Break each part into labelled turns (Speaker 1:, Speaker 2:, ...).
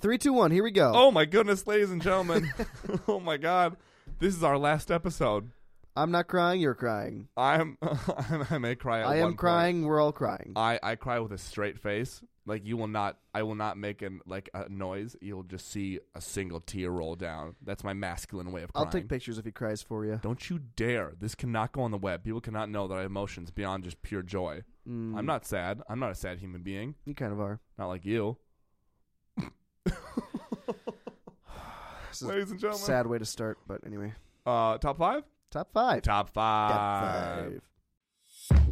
Speaker 1: Three, two, one. Here we go.
Speaker 2: Oh my goodness, ladies and gentlemen. oh my god. This is our last episode.
Speaker 1: I'm not crying. You're crying.
Speaker 2: I'm I may cry at
Speaker 1: I
Speaker 2: one
Speaker 1: am
Speaker 2: point.
Speaker 1: crying. We're all crying.
Speaker 2: I I cry with a straight face. Like you will not I will not make an like a noise. You'll just see a single tear roll down. That's my masculine way of
Speaker 1: I'll
Speaker 2: crying.
Speaker 1: take pictures if he cries for you.
Speaker 2: Don't you dare. This cannot go on the web. People cannot know that I have emotions beyond just pure joy.
Speaker 1: Mm.
Speaker 2: I'm not sad. I'm not a sad human being.
Speaker 1: You kind of are.
Speaker 2: Not like you.
Speaker 1: This is a
Speaker 2: Ladies and gentlemen.
Speaker 1: sad way to start, but anyway.
Speaker 2: Uh, top five?
Speaker 1: Top five.
Speaker 2: Top five.
Speaker 1: Top five.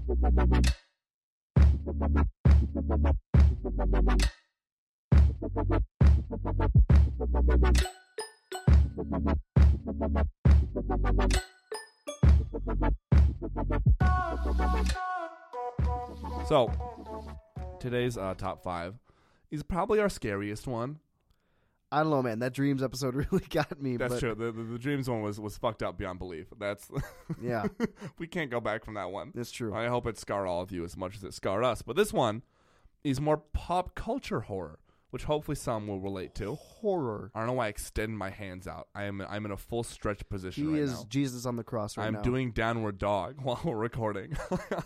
Speaker 2: So, today's uh, top five is probably our scariest one.
Speaker 1: I don't know, man. That dreams episode really got me.
Speaker 2: That's
Speaker 1: but
Speaker 2: true. The, the, the dreams one was, was fucked up beyond belief. That's
Speaker 1: Yeah,
Speaker 2: we can't go back from that one.
Speaker 1: that's true.
Speaker 2: I hope it scarred all of you as much as it scarred us. But this one is more pop culture horror, which hopefully some will relate to.
Speaker 1: Horror.
Speaker 2: I don't know why I extend my hands out. I am I'm in a full stretch position
Speaker 1: He
Speaker 2: right
Speaker 1: is
Speaker 2: now.
Speaker 1: Jesus on the cross right
Speaker 2: I'm
Speaker 1: now.
Speaker 2: doing downward dog while we're recording.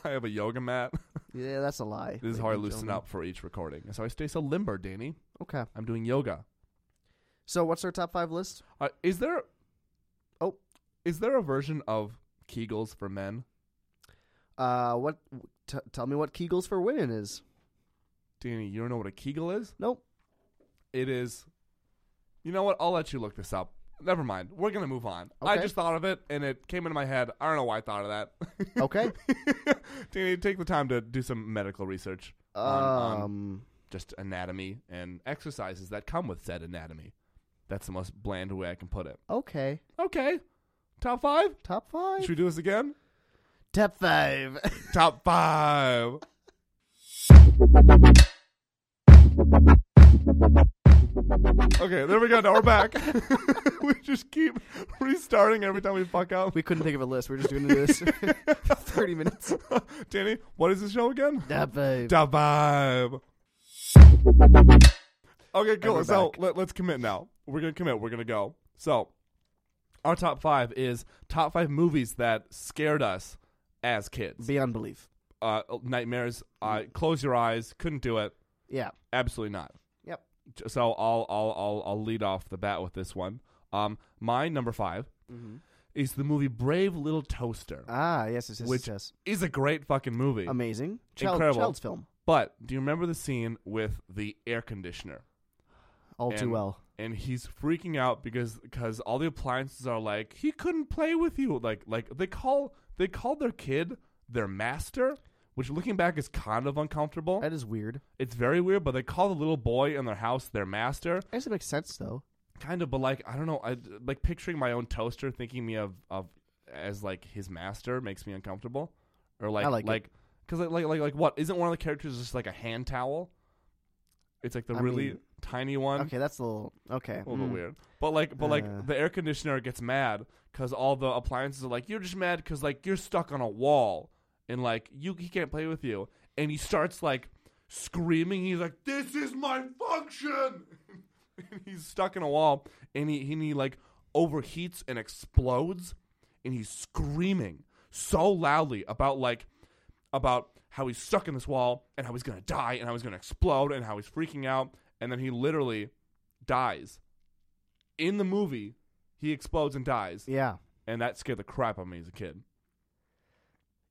Speaker 2: I have a yoga mat.
Speaker 1: Yeah, that's a lie.
Speaker 2: This is
Speaker 1: ladies
Speaker 2: how I
Speaker 1: and
Speaker 2: loosen
Speaker 1: gentlemen.
Speaker 2: up for each recording. And so I stay so limber, Danny.
Speaker 1: Okay.
Speaker 2: I'm doing yoga.
Speaker 1: So, what's our top five list?
Speaker 2: Uh, is there?
Speaker 1: Oh.
Speaker 2: is there a version of Kegels for men?
Speaker 1: Uh, what? T- tell me what Kegels for women is.
Speaker 2: Danny, you don't know what a Kegel is?
Speaker 1: Nope.
Speaker 2: It is. You know what? I'll let you look this up. Never mind. We're gonna move on. I
Speaker 1: Okay.
Speaker 2: just thought of it, and it came into my head. I don't know why I thought of that.
Speaker 1: Okay.
Speaker 2: Danny, take the time to do some medical research
Speaker 1: um,
Speaker 2: on, on just anatomy and exercises that come with said anatomy. That's the most bland way I can put it.
Speaker 1: Okay.
Speaker 2: Okay. Top five?
Speaker 1: Top five.
Speaker 2: Should we do this again?
Speaker 1: Top five.
Speaker 2: Top five. Okay, there we go. Now we're back. we just keep restarting every time we fuck up.
Speaker 1: we couldn't think of a list. We're just doing this for thirty minutes.
Speaker 2: Danny, what is the show again?
Speaker 1: Top five.
Speaker 2: Top five. Okay, cool.
Speaker 1: we're
Speaker 2: so
Speaker 1: back.
Speaker 2: let, let's commit now. We're gonna commit. We're gonna go. So our top five is top five movies that scared us as kids.
Speaker 1: Beyond belief.
Speaker 2: uh, nightmares. Uh, close your eyes. Couldn't do it.
Speaker 1: Yeah.
Speaker 2: Absolutely not.
Speaker 1: Yep.
Speaker 2: J- So I'll I'll I'll, I'll lead off the bat with this one. Um, my number 5
Speaker 1: Mm-hmm.
Speaker 2: is the movie Brave Little Toaster,
Speaker 1: Ah, yes, yes, yes,
Speaker 2: Which-
Speaker 1: yes.
Speaker 2: is a great fucking movie.
Speaker 1: Amazing. Child,
Speaker 2: Incredible.
Speaker 1: Child's film.
Speaker 2: but do you remember the scene with the air conditioner?
Speaker 1: All too
Speaker 2: And-
Speaker 1: well.
Speaker 2: And he's freaking out because because all the appliances are like he couldn't play with you. Like like they call they call their kid their master, which looking back is kind of uncomfortable.
Speaker 1: That is weird.
Speaker 2: It's very weird, but they call the little boy in their house their master,
Speaker 1: I guess it makes sense though.
Speaker 2: kind of. But like, I don't know, I like picturing my own toaster, thinking me of of as like his master makes me uncomfortable, or like
Speaker 1: I like it.
Speaker 2: like because like, like like like what isn't one of the characters just like a hand towel? It's like the
Speaker 1: I
Speaker 2: really
Speaker 1: mean-
Speaker 2: tiny one,
Speaker 1: Okay, that's a little okay.
Speaker 2: Um, a little
Speaker 1: Mm.
Speaker 2: bit weird. But like, but
Speaker 1: Uh.
Speaker 2: like the air conditioner gets mad because all the appliances are like, you're just mad because like you're stuck on a wall and like you he can't play with you, and he starts like screaming. He's like, this is my function. and he's stuck in a wall, and he and he like overheats and explodes, and he's screaming so loudly about like about how he's stuck in this wall and how he's gonna die and how he's gonna explode and how he's freaking out and then he literally dies in the movie he explodes and dies
Speaker 1: Yeah.
Speaker 2: and that scared the crap out of me as a kid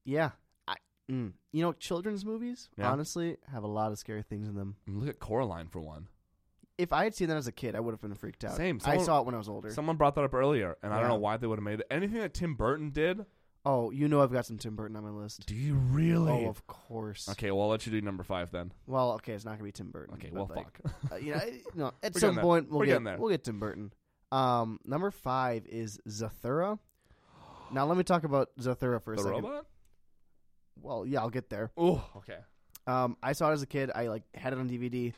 Speaker 1: Yeah. I, mm. You know, children's movies
Speaker 2: Yeah.
Speaker 1: honestly have a lot of scary things in them.
Speaker 2: And look at coraline for one
Speaker 1: If I had seen that as a kid, I would have been freaked out.
Speaker 2: Same,
Speaker 1: I
Speaker 2: someone-
Speaker 1: saw it when I was older.
Speaker 2: someone brought that up earlier and i don't
Speaker 1: Yeah.
Speaker 2: know why they would have made it anything that tim burton did
Speaker 1: oh, you know, I've got some Tim Burton on my list.
Speaker 2: do you really
Speaker 1: Oh, of course.
Speaker 2: okay well i'll let you do number five then
Speaker 1: Well, okay, it's not gonna be Tim Burton.
Speaker 2: okay
Speaker 1: but,
Speaker 2: well
Speaker 1: like,
Speaker 2: fuck
Speaker 1: uh, you know, I- no. At
Speaker 2: We're
Speaker 1: some
Speaker 2: getting there.
Speaker 1: point, we'll
Speaker 2: We're
Speaker 1: get
Speaker 2: getting there.
Speaker 1: we'll get Tim Burton. Um, number five is Zathura. Now, let me talk about Zathura for a
Speaker 2: the
Speaker 1: second.
Speaker 2: robot
Speaker 1: Well, yeah, I'll get there.
Speaker 2: oh okay
Speaker 1: Um, I saw it as a kid. I like had it on DVD.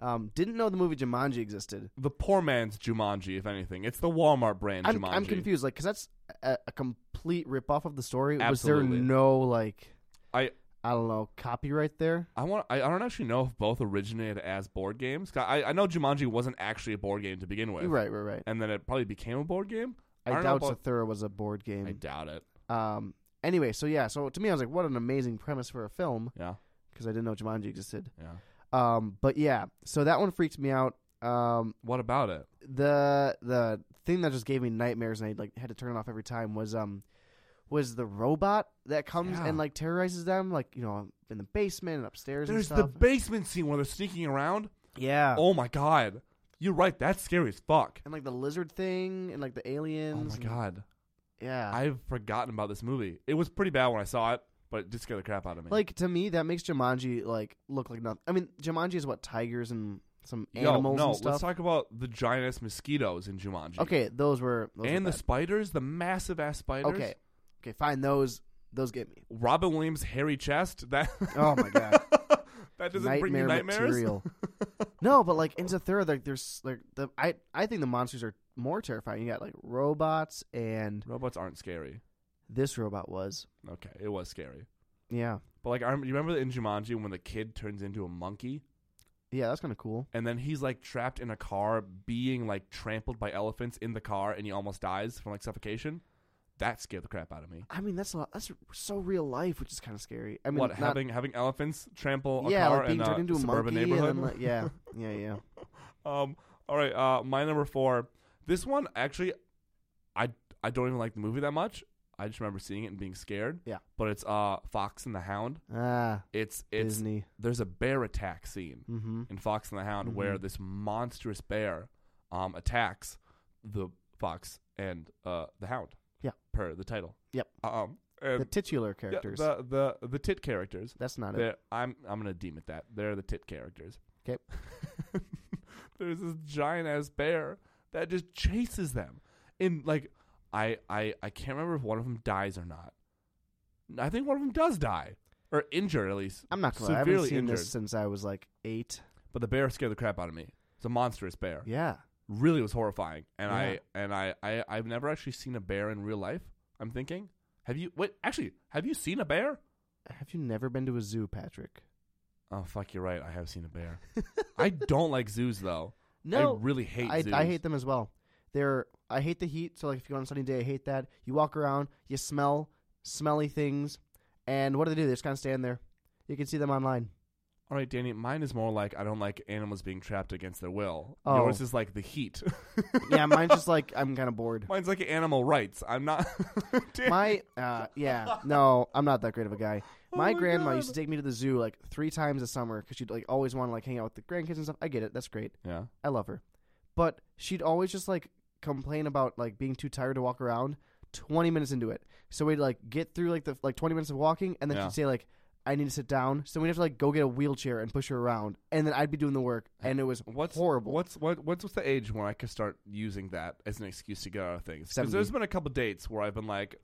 Speaker 1: Um, didn't know the movie Jumanji existed.
Speaker 2: the poor man's jumanji if anything it's the walmart brand
Speaker 1: I'm,
Speaker 2: jumanji
Speaker 1: I'm confused, like, because that's a, a complete ripoff of the story. Was there
Speaker 2: Absolutely.
Speaker 1: no like?
Speaker 2: I-
Speaker 1: I don't know, copyright there.
Speaker 2: I want. I, I don't actually know if both originated as board games. 'Cause I, I know Jumanji wasn't actually a board game to begin with,
Speaker 1: You're right, right, right.
Speaker 2: and then it probably became a board game. I
Speaker 1: I,
Speaker 2: don't know
Speaker 1: doubt
Speaker 2: about-
Speaker 1: Zathura was a board
Speaker 2: I
Speaker 1: game.
Speaker 2: doubt it.
Speaker 1: Um. Anyway, so yeah, so to me, I was like, what an amazing premise for a film
Speaker 2: Yeah,
Speaker 1: because I didn't know Jumanji existed.
Speaker 2: yeah.
Speaker 1: Um. But yeah, so that one freaked me out. Um.
Speaker 2: What about it?
Speaker 1: the the thing that just gave me nightmares and I like had to turn it off every time was um was the robot that comes
Speaker 2: Yeah.
Speaker 1: and like terrorizes them like you know in the basement and upstairs
Speaker 2: There's
Speaker 1: and
Speaker 2: the
Speaker 1: stuff.
Speaker 2: basement scene where they're sneaking around.
Speaker 1: yeah.
Speaker 2: Oh my god, you're right. That's scary as fuck.
Speaker 1: And like the lizard thing and like the
Speaker 2: Oh
Speaker 1: aliens.
Speaker 2: my
Speaker 1: and-
Speaker 2: god,
Speaker 1: yeah.
Speaker 2: I've forgotten about this movie. It was pretty bad when I saw it, but it did scare the crap out of me.
Speaker 1: like to me that makes Jumanji like look like nothing. I mean Jumanji is what tigers and some
Speaker 2: Yo,
Speaker 1: animals
Speaker 2: no,
Speaker 1: and stuff.
Speaker 2: let's talk about the giant ass mosquitoes in Jumanji.
Speaker 1: okay, those were those were
Speaker 2: and the
Speaker 1: bad.
Speaker 2: spiders, the massive ass spiders.
Speaker 1: Okay. Okay, fine those those get me.
Speaker 2: Robin Williams' hairy chest. That.
Speaker 1: Oh my God.
Speaker 2: that doesn't bring you
Speaker 1: Nightmare
Speaker 2: nightmares.
Speaker 1: material. No, but like in Zathura, like there's like the I I think the monsters are more terrifying. You got like robots and
Speaker 2: Robots aren't scary.
Speaker 1: this robot was.
Speaker 2: Okay, it was scary.
Speaker 1: Yeah.
Speaker 2: But like, I rem- you remember in Jumanji when the kid turns into a monkey,
Speaker 1: Yeah, that's kinda cool.
Speaker 2: and then he's like trapped in a car, being like trampled by elephants in the car, and he almost dies from like suffocation. That scared the crap out of me.
Speaker 1: I mean that's a lot that's so real life, which is kinda scary. I mean
Speaker 2: what
Speaker 1: not-
Speaker 2: having having elephants trample a
Speaker 1: yeah,
Speaker 2: car
Speaker 1: like being
Speaker 2: in
Speaker 1: turned
Speaker 2: a
Speaker 1: into a
Speaker 2: suburban
Speaker 1: monkey and
Speaker 2: neighborhood?
Speaker 1: then like yeah. Yeah, yeah.
Speaker 2: Um. All right. Uh. My number four. This one actually, I I don't even like the movie that much. I just remember seeing it and being scared.
Speaker 1: Yeah.
Speaker 2: But it's uh Fox and the Hound.
Speaker 1: Ah
Speaker 2: It's it's
Speaker 1: Disney.
Speaker 2: there's a bear attack scene
Speaker 1: Mm-hmm.
Speaker 2: in Fox and the Hound where
Speaker 1: Mhm.
Speaker 2: this monstrous bear um attacks the fox and uh the hound.
Speaker 1: Yeah.
Speaker 2: Per the title.
Speaker 1: Yep.
Speaker 2: Um.
Speaker 1: The
Speaker 2: And
Speaker 1: titular
Speaker 2: yeah,
Speaker 1: characters.
Speaker 2: the the the tit characters.
Speaker 1: that's not it.
Speaker 2: They're, I'm I'm gonna deem it that they're the tit characters.
Speaker 1: 'Kay.
Speaker 2: There's this giant ass bear that just chases them, and like I I I can't remember if one of them dies or not. I think one of them does die or injured at least,
Speaker 1: I'm not gonna lie, I haven't
Speaker 2: severely
Speaker 1: seen
Speaker 2: injured.
Speaker 1: this since I was like eight.
Speaker 2: but the bear scared the crap out of me. It's a monstrous bear.
Speaker 1: Yeah.
Speaker 2: Really was horrifying, and
Speaker 1: Yeah.
Speaker 2: I and I, I I've never actually seen a bear in real life. I'm thinking, have you? Wait, actually, have you seen a bear?
Speaker 1: Have you never been to a zoo, Patrick?
Speaker 2: Oh fuck, you're right. I have seen a bear. I don't like zoos though.
Speaker 1: No,
Speaker 2: I really hate
Speaker 1: I,
Speaker 2: zoos.
Speaker 1: I hate them as well. They're I hate the heat. So like if you go on a sunny day, I hate that. You walk around, you smell smelly things, and what do they do? They just kind of stand there. You can see them online.
Speaker 2: All right, Danny, mine is more like I don't like animals being trapped against their will.
Speaker 1: Oh.
Speaker 2: Yours is like the heat.
Speaker 1: Yeah, mine's just like I'm kind of bored.
Speaker 2: Mine's like animal rights. I'm not. Dan-
Speaker 1: My uh, yeah, no, I'm not that great of a guy.
Speaker 2: Oh
Speaker 1: my,
Speaker 2: my
Speaker 1: grandma
Speaker 2: God.
Speaker 1: used to take me to the zoo like three times a summer because she'd like always want to like hang out with the grandkids and stuff. I get it, that's great.
Speaker 2: yeah.
Speaker 1: I love her, but she'd always just like complain about like being too tired to walk around. Twenty minutes into it, so we'd like get through like the like twenty minutes of walking, and then
Speaker 2: Yeah.
Speaker 1: she'd say like, "I need to sit down." So we'd have to like go get a wheelchair and push her around, and then I'd be doing the work, and it was
Speaker 2: What's
Speaker 1: horrible.
Speaker 2: What's what? What's what's the age when I could start using that as an excuse to get out of things? Because there's
Speaker 1: 70.
Speaker 2: been a couple dates where I've been like,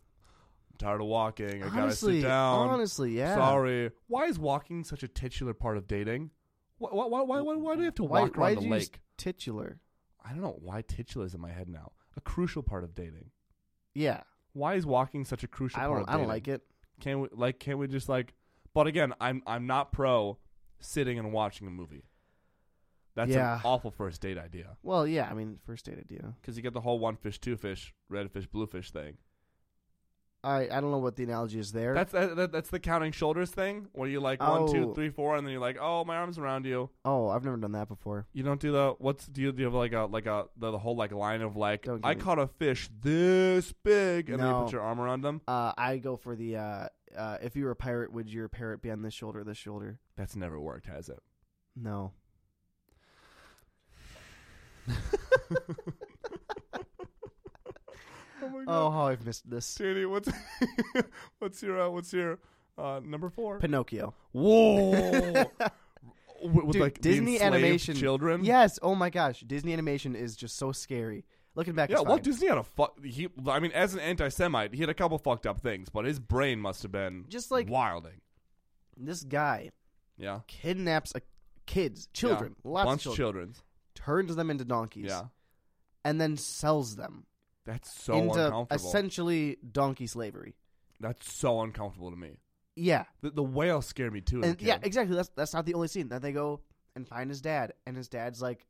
Speaker 2: I'm tired of walking. I gotta
Speaker 1: honestly,
Speaker 2: sit down.
Speaker 1: honestly, yeah.
Speaker 2: Sorry. Why is walking such a titular part of dating? Why why why why, why, why do you have to
Speaker 1: Why,
Speaker 2: walk
Speaker 1: why
Speaker 2: around
Speaker 1: did
Speaker 2: the
Speaker 1: you
Speaker 2: lake?
Speaker 1: use titular?
Speaker 2: I don't know why titular is in my head now. A crucial part of dating.
Speaker 1: Yeah,
Speaker 2: Why is walking such a crucial
Speaker 1: I
Speaker 2: part
Speaker 1: don't.
Speaker 2: of
Speaker 1: I
Speaker 2: dating?
Speaker 1: don't like it.
Speaker 2: Can we like can we just like but again, I'm I'm not pro sitting and watching a movie. That's
Speaker 1: Yeah.
Speaker 2: an awful first date idea.
Speaker 1: Well, yeah. I mean, first date idea.
Speaker 2: Cuz you get the whole one fish, two fish, red fish, blue fish thing.
Speaker 1: I I don't know what the analogy is there.
Speaker 2: That's that, that, that's the counting shoulders thing where you like one, two,
Speaker 1: Oh.
Speaker 2: three, four, and then you're like, "Oh, my arms around you."
Speaker 1: oh, I've never done that before.
Speaker 2: You don't do the what's do you do you have like a like a the, the whole like line of like
Speaker 1: Don't give
Speaker 2: I
Speaker 1: me-
Speaker 2: caught a fish this big and then you
Speaker 1: No.
Speaker 2: put your arm around them?
Speaker 1: Uh, I go for the uh, uh, if you were a pirate, would your parrot be on this shoulder, or this shoulder?
Speaker 2: That's never worked, has it?
Speaker 1: No.
Speaker 2: Oh my
Speaker 1: Oh, how I've missed this.
Speaker 2: Danny, what's what's your uh, what's your uh, number four?
Speaker 1: Pinocchio.
Speaker 2: Whoa! With
Speaker 1: Dude,
Speaker 2: like the
Speaker 1: Disney
Speaker 2: enslaved
Speaker 1: animation-
Speaker 2: children.
Speaker 1: Yes. Oh my gosh, Disney animation is just so scary. Looking back,
Speaker 2: Yeah,
Speaker 1: it's
Speaker 2: Walt
Speaker 1: fine.
Speaker 2: Disney had a fuck. He, I mean, as an anti-Semite, he had a couple fucked up things, but his brain must have been
Speaker 1: Just like-
Speaker 2: wilding.
Speaker 1: this guy
Speaker 2: Yeah,
Speaker 1: kidnaps a, kids, children, lots
Speaker 2: bunch
Speaker 1: of children,
Speaker 2: children's.
Speaker 1: turns them into donkeys,
Speaker 2: Yeah,
Speaker 1: and then sells them
Speaker 2: that's so
Speaker 1: into
Speaker 2: uncomfortable.
Speaker 1: essentially donkey slavery.
Speaker 2: that's so uncomfortable to me.
Speaker 1: yeah,
Speaker 2: The, the whale scared me too. as a
Speaker 1: and yeah,
Speaker 2: kid.
Speaker 1: exactly. That's that's not the only scene. Then they go and find his dad, and his dad's like,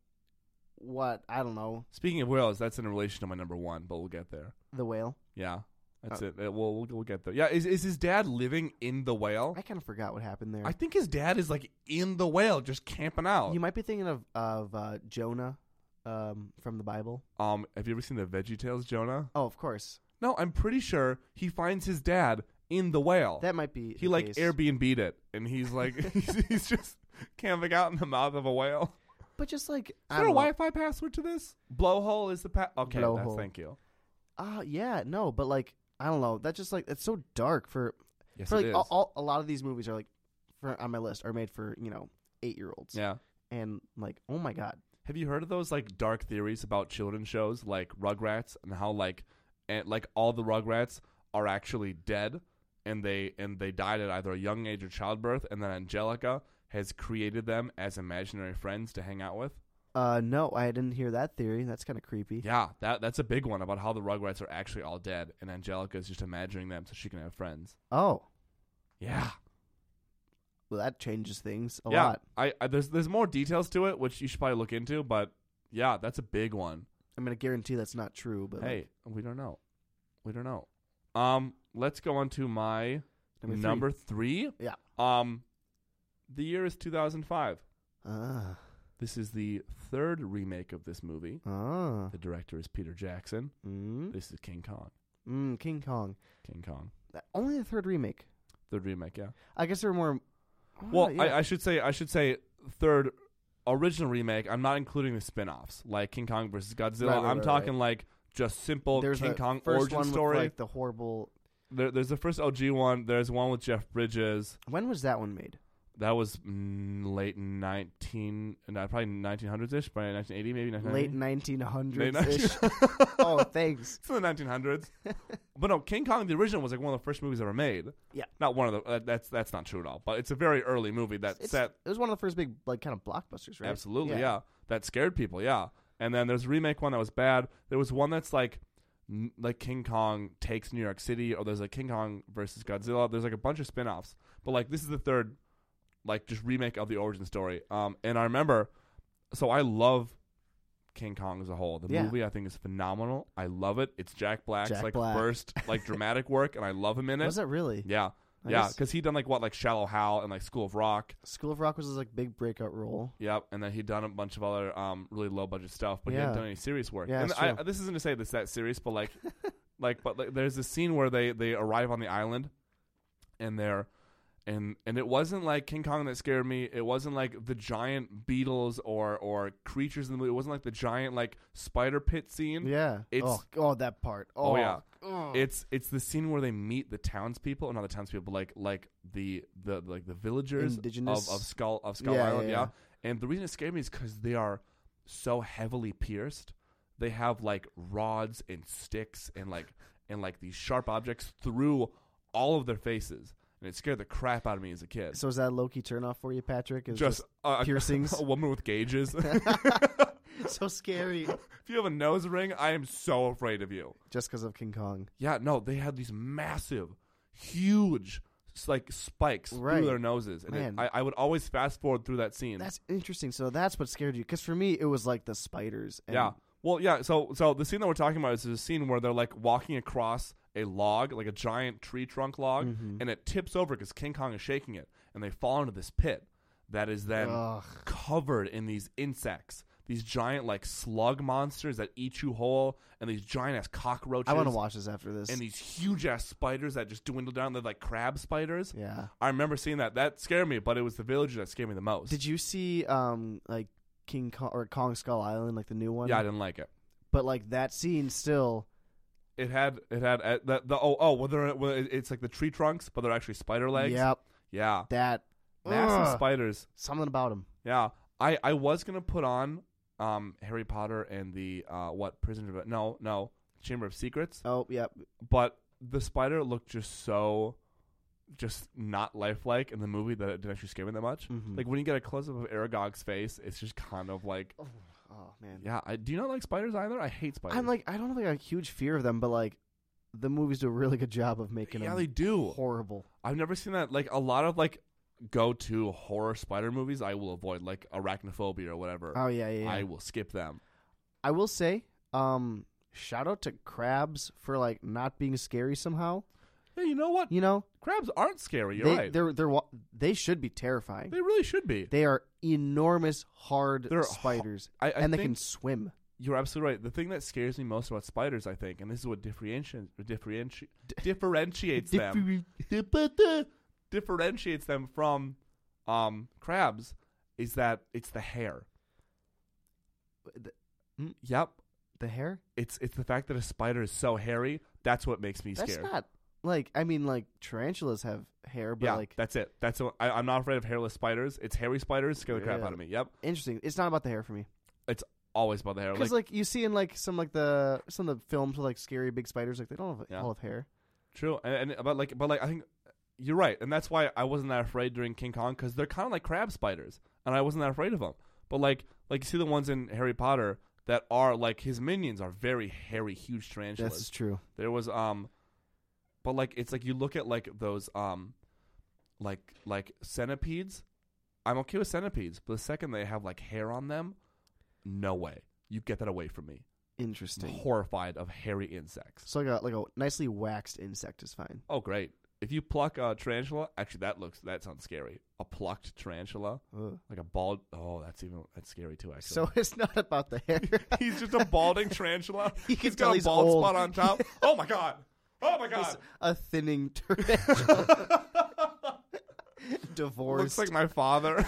Speaker 1: "What? I don't know."
Speaker 2: Speaking of whales, that's in relation to my number one, but we'll get there.
Speaker 1: The whale.
Speaker 2: Yeah, that's it. Uh, We'll, we'll we'll get there. Yeah, is is his dad living in the whale?
Speaker 1: I kind of forgot what happened there.
Speaker 2: I think his dad is like in the whale, just camping out.
Speaker 1: You might be thinking of of uh, Jonah um, from the Bible.
Speaker 2: Um, have you ever seen the Veggie Tales, Jonah?
Speaker 1: Oh, of course.
Speaker 2: No, I'm pretty sure he finds his dad in the whale.
Speaker 1: That might be.
Speaker 2: he
Speaker 1: the
Speaker 2: like
Speaker 1: case.
Speaker 2: Airbnb'd it, and he's like he's, he's just camping out in the mouth of a whale.
Speaker 1: but just like
Speaker 2: Is
Speaker 1: I
Speaker 2: there a
Speaker 1: don't know.
Speaker 2: Wi-Fi password to this? Blowhole is the pa- okay. That's,
Speaker 1: Blowhole.
Speaker 2: thank you.
Speaker 1: Ah, yeah, no, but like I don't know. That's just like it's so dark for
Speaker 2: Yes,
Speaker 1: for
Speaker 2: it
Speaker 1: like
Speaker 2: is.
Speaker 1: all, all, a lot of these movies are like for on my list are made for you know eight year olds
Speaker 2: yeah.
Speaker 1: and like oh my god
Speaker 2: Have you heard of those like dark theories about children's shows like Rugrats and how like and like all the Rugrats are actually dead and they and they died at either a young age or childbirth and then Angelica has created them as imaginary friends to hang out with?
Speaker 1: uh no I didn't hear that theory that's kind of creepy
Speaker 2: Yeah, that that's a big one about how the Rugrats are actually all dead and Angelica is just imagining them so she can have friends.
Speaker 1: oh
Speaker 2: Yeah.
Speaker 1: well that changes things a
Speaker 2: yeah.
Speaker 1: lot
Speaker 2: I, I there's there's more details to it which you should probably look into, but yeah, that's a big one.
Speaker 1: I mean I guarantee that's not true but like,
Speaker 2: Hey, we don't know. We don't know. Um, let's go on to my
Speaker 1: number, three.
Speaker 2: number three.
Speaker 1: Yeah.
Speaker 2: Um, the year is 2005.
Speaker 1: ah
Speaker 2: This is the third remake of this movie.
Speaker 1: ah
Speaker 2: The director is Peter Jackson.
Speaker 1: mm,
Speaker 2: This is King Kong.
Speaker 1: mm, King Kong
Speaker 2: King Kong.
Speaker 1: That- only the third remake
Speaker 2: Third remake. Yeah.
Speaker 1: I guess there were more Ah,
Speaker 2: Well,
Speaker 1: yeah.
Speaker 2: I, I should say I should say third original remake. I'm not including the spin-offs like King Kong versus Godzilla.
Speaker 1: Right, right,
Speaker 2: I'm
Speaker 1: right,
Speaker 2: talking like just simple
Speaker 1: there's
Speaker 2: King
Speaker 1: the
Speaker 2: Kong
Speaker 1: first
Speaker 2: origin
Speaker 1: one
Speaker 2: story.
Speaker 1: with, like the horrible
Speaker 2: there, there's the first OG one. There's one with Jeff Bridges.
Speaker 1: when was that one made
Speaker 2: That was mm, late nineteen, no, probably nineteen hundreds ish, by nineteen eighty, maybe
Speaker 1: late
Speaker 2: 1990.
Speaker 1: 1900s
Speaker 2: Late
Speaker 1: ish
Speaker 2: 19
Speaker 1: oh thanks
Speaker 2: it's in the nineteen hundreds. but no, King Kong the original was like one of the first movies ever made.
Speaker 1: Yeah.
Speaker 2: not one of the. Uh, that's that's not true at all. But it's a very early movie that
Speaker 1: It's-
Speaker 2: set
Speaker 1: it was one of the first big like kind of blockbusters right
Speaker 2: absolutely
Speaker 1: Yeah.
Speaker 2: yeah. that scared people yeah. And then there's a remake one that was bad. There was one that's like n- like King Kong takes New York City, or there's like King Kong versus Godzilla. There's like a bunch of spin-offs. But like this is the third like just remake of the origin story. Um, and I remember, so I love King Kong as a whole. The
Speaker 1: Yeah.
Speaker 2: movie I think is phenomenal. I love it. It's Jack Black's
Speaker 1: Jack
Speaker 2: like
Speaker 1: Black.
Speaker 2: first like dramatic work, and I love him in it.
Speaker 1: Was it really?
Speaker 2: Yeah,
Speaker 1: I
Speaker 2: yeah,
Speaker 1: guess
Speaker 2: because he done like what like Shallow Hal and like School of Rock.
Speaker 1: School of Rock was his like big breakout role.
Speaker 2: Yep, and then he done a bunch of other um really low budget stuff, but he
Speaker 1: Yeah.
Speaker 2: hadn't done any serious work.
Speaker 1: Yeah,
Speaker 2: and
Speaker 1: that's
Speaker 2: I,
Speaker 1: true.
Speaker 2: this isn't to say this that serious, but like, like, but like, there's this scene where they they arrive on the island, and they're, and and it wasn't like King Kong that scared me. It wasn't like the giant beetles or or creatures in the movie. It wasn't like the giant like spider pit scene.
Speaker 1: Yeah.
Speaker 2: It's-
Speaker 1: oh, oh, that part. Oh,
Speaker 2: Oh, yeah.
Speaker 1: oh.
Speaker 2: It's it's the scene where they meet the townspeople, not the townspeople, like like the the like the villagers
Speaker 1: Indigenous.
Speaker 2: of of Skull of Skull
Speaker 1: Yeah, yeah,
Speaker 2: Island, yeah,
Speaker 1: yeah.
Speaker 2: And the reason it scared me is because they are so heavily pierced. They have like rods and sticks and like and like these sharp objects through all of their faces, and it scared the crap out of me as a kid.
Speaker 1: so is that a low key turnoff for you, Patrick? Is
Speaker 2: just uh,
Speaker 1: piercings?
Speaker 2: a woman with gauges. if
Speaker 1: just so scary.
Speaker 2: you have a nose ring, I am so afraid of you.
Speaker 1: just because of King Kong.
Speaker 2: Yeah, no, they had these massive, huge, s- like spikes
Speaker 1: Right.
Speaker 2: through their noses, and it-
Speaker 1: Man.
Speaker 2: I, I would always fast forward through that scene.
Speaker 1: That's interesting. So that's what scared you. Because for me, it was like the spiders. And
Speaker 2: yeah, well, yeah. So, so the scene that we're talking about is a scene where they're like walking across a log, like a giant tree trunk log,
Speaker 1: Mm-hmm.
Speaker 2: and it tips over because King Kong is shaking it, and they fall into this pit that is then
Speaker 1: Ugh.
Speaker 2: covered in these insects. These giant like slug monsters that eat you whole, and these giant ass cockroaches,
Speaker 1: I want to watch this after this.
Speaker 2: and these huge ass spiders that just dwindle down. They're like crab spiders.
Speaker 1: yeah.
Speaker 2: I remember seeing that. That scared me, but it was the villager that scared me the most.
Speaker 1: Did you see um like King Kong or Kong Skull Island, like the new one?
Speaker 2: yeah, I didn't like it.
Speaker 1: But like that scene still.
Speaker 2: It had it had uh, the, the oh oh well, they're, well it- it's like the tree trunks, but they're actually spider legs.
Speaker 1: Yep.
Speaker 2: yeah,
Speaker 1: That.
Speaker 2: massive
Speaker 1: Ugh.
Speaker 2: spiders.
Speaker 1: Something about him.
Speaker 2: Yeah, I I was gonna put on um Harry Potter and the uh what prisoner of no no Chamber of Secrets,
Speaker 1: Oh, yep.
Speaker 2: but the spider looked just so just not lifelike in the movie that it didn't actually scare me that much.
Speaker 1: Mhm.
Speaker 2: Like when you get a close up of Aragog's face, it's just kind of like
Speaker 1: Oh, oh man.
Speaker 2: yeah. I, do you not like spiders either? I hate spiders.
Speaker 1: I'm like, I don't think I have a huge fear of them, but like, the movies do a really good job of making
Speaker 2: yeah,
Speaker 1: them
Speaker 2: they do.
Speaker 1: horrible.
Speaker 2: I've never seen that. Like a lot of like go-to horror spider movies, I will avoid like arachnophobia or whatever.
Speaker 1: Oh yeah, yeah. yeah.
Speaker 2: I will skip them.
Speaker 1: I will say, um, shout out to Krabs for like not being scary somehow.
Speaker 2: Hey, you know what?
Speaker 1: You know,
Speaker 2: Crabs aren't scary. You're
Speaker 1: they
Speaker 2: right.
Speaker 1: they're they're wa- they should be terrifying.
Speaker 2: They really should be.
Speaker 1: They are enormous, hard
Speaker 2: They're ho-
Speaker 1: spiders,
Speaker 2: I, I
Speaker 1: and they
Speaker 2: think
Speaker 1: can swim.
Speaker 2: you're absolutely right. The thing that scares me most about spiders, I think, and this is what differentiates differenti- differentiates them differentiates them from um, crabs is that it's the hair.
Speaker 1: The- hmm?
Speaker 2: Yep,
Speaker 1: The hair?
Speaker 2: it's it's the fact that a spider is so hairy. That's what makes me
Speaker 1: That's
Speaker 2: scared.
Speaker 1: not like I mean, like tarantulas have hair, but
Speaker 2: yeah,
Speaker 1: like
Speaker 2: that's it. That's what, I, I'm not afraid of hairless spiders. It's hairy spiders scare the crap out of me. Yep,
Speaker 1: interesting. It's not about the hair for me
Speaker 2: always about the hair. Like,
Speaker 1: because like, you see in like some like the some of the films with like scary big spiders, like they don't have,
Speaker 2: Yeah.
Speaker 1: all have hair.
Speaker 2: True, and, and but like, but like, I think you're right, and that's why I wasn't that afraid during King Kong because they're kind of like crab spiders, and I wasn't that afraid of them. But like, like you see the ones in Harry Potter that are like his minions are very hairy, huge tarantulas.
Speaker 1: That's true.
Speaker 2: There was um, but like it's like you look at like those um, like like centipedes. I'm okay with centipedes, but the second they have like hair on them, no way. You get that away from me. I'm
Speaker 1: Interesting.
Speaker 2: horrified of hairy insects.
Speaker 1: So like a like a nicely waxed insect is fine.
Speaker 2: Oh, great. If you pluck a tarantula, actually, that looks that sounds scary. A plucked tarantula,
Speaker 1: Ugh.
Speaker 2: like a bald. Oh, that's even that's scary too. Actually,
Speaker 1: So it's not about the hair.
Speaker 2: he's just a balding tarantula.
Speaker 1: You can
Speaker 2: He's
Speaker 1: tell
Speaker 2: got a
Speaker 1: he's
Speaker 2: bald
Speaker 1: old.
Speaker 2: spot on top. Oh my god! Oh my god!
Speaker 1: He's a thinning tarantula. Divorced.
Speaker 2: Looks like my father.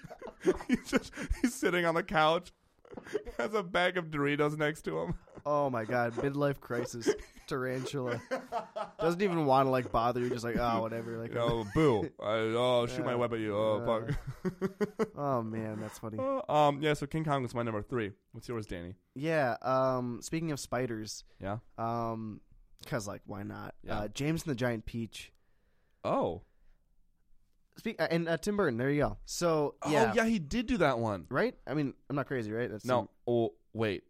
Speaker 2: he's just he's sitting on the couch. Has a bag of Doritos next to him.
Speaker 1: oh my god, midlife crisis. Tarantula doesn't even want to like bother you. Just like oh whatever. Like
Speaker 2: You know, boo! I, oh, shoot my
Speaker 1: Yeah.
Speaker 2: web at you! Oh, fuck!
Speaker 1: oh man, that's funny.
Speaker 2: um, yeah. So King Kong was my number three. What's yours, Danny?
Speaker 1: Yeah. Um. Speaking of spiders.
Speaker 2: Yeah.
Speaker 1: Um. Cause like why not?
Speaker 2: Yeah.
Speaker 1: Uh, James and the Giant Peach.
Speaker 2: Oh,
Speaker 1: Speak uh, and uh, Tim Burton. There you go. So yeah.
Speaker 2: Oh yeah, he did do that one.
Speaker 1: Right. I mean, I'm not crazy, right? That's
Speaker 2: No, oh wait,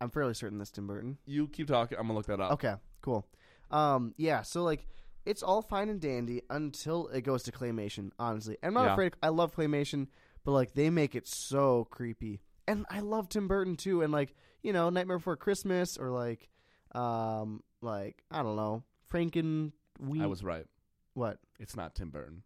Speaker 1: I'm fairly certain that's Tim Burton.
Speaker 2: you keep talking. I'm gonna look that up.
Speaker 1: Okay, cool. Um, yeah, so like it's all fine and dandy until it goes to claymation. Honestly, I'm not
Speaker 2: Yeah.
Speaker 1: afraid. I love claymation, but like they make it so creepy, and I love Tim Burton too. And like you know, Nightmare Before Christmas or like, um, like I don't know, Franken. We
Speaker 2: I was right.
Speaker 1: what?
Speaker 2: It's not Tim Burton.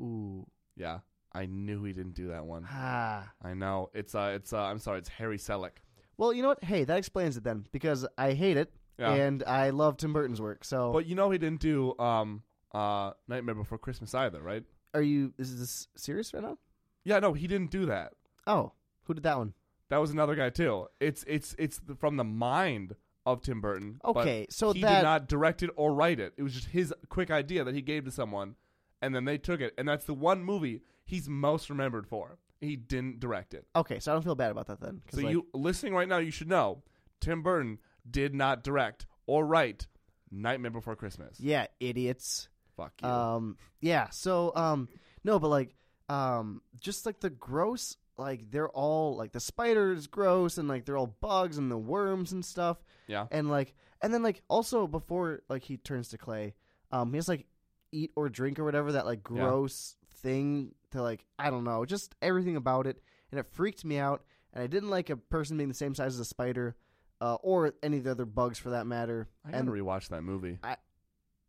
Speaker 1: Ooh,
Speaker 2: Yeah, I knew he didn't do that one.
Speaker 1: ah.
Speaker 2: I know. It's uh, it's uh, I'm sorry. It's Harry Selleck.
Speaker 1: Well, you know what? Hey, that explains it then, because I hate it
Speaker 2: Yeah,
Speaker 1: and I love Tim Burton's work. So,
Speaker 2: but you know he didn't do um uh Nightmare Before Christmas either, right?
Speaker 1: are you? Is this serious right now?
Speaker 2: Yeah, no, he didn't do that.
Speaker 1: Oh, who did that one?
Speaker 2: That was another guy too. It's it's it's the, from the mind of Tim Burton. but
Speaker 1: Okay, so
Speaker 2: he
Speaker 1: that
Speaker 2: did not direct it or write it. It was just his quick idea that he gave to someone, and then they took it. And that's the one movie he's most remembered for. He didn't direct it.
Speaker 1: Okay, so I don't feel bad about that then. 'cause,
Speaker 2: So
Speaker 1: like,
Speaker 2: you listening right now, you should know Tim Burton did not direct or write Nightmare Before Christmas.
Speaker 1: yeah, idiots.
Speaker 2: Fuck you.
Speaker 1: Um, yeah. So, um, no, but like, um, just like the gross, like they're all like the spiders gross, and like they're all bugs and the worms and stuff,
Speaker 2: yeah.
Speaker 1: and like, and then like also before like he turns to clay, um, he has like eat or drink or whatever that like
Speaker 2: Yeah.
Speaker 1: gross thing to like I don't know, just everything about it, and it freaked me out, and I didn't like a person being the same size as a spider. Uh, or any of the other bugs for that matter.
Speaker 2: I gotta
Speaker 1: and-
Speaker 2: rewatch that movie.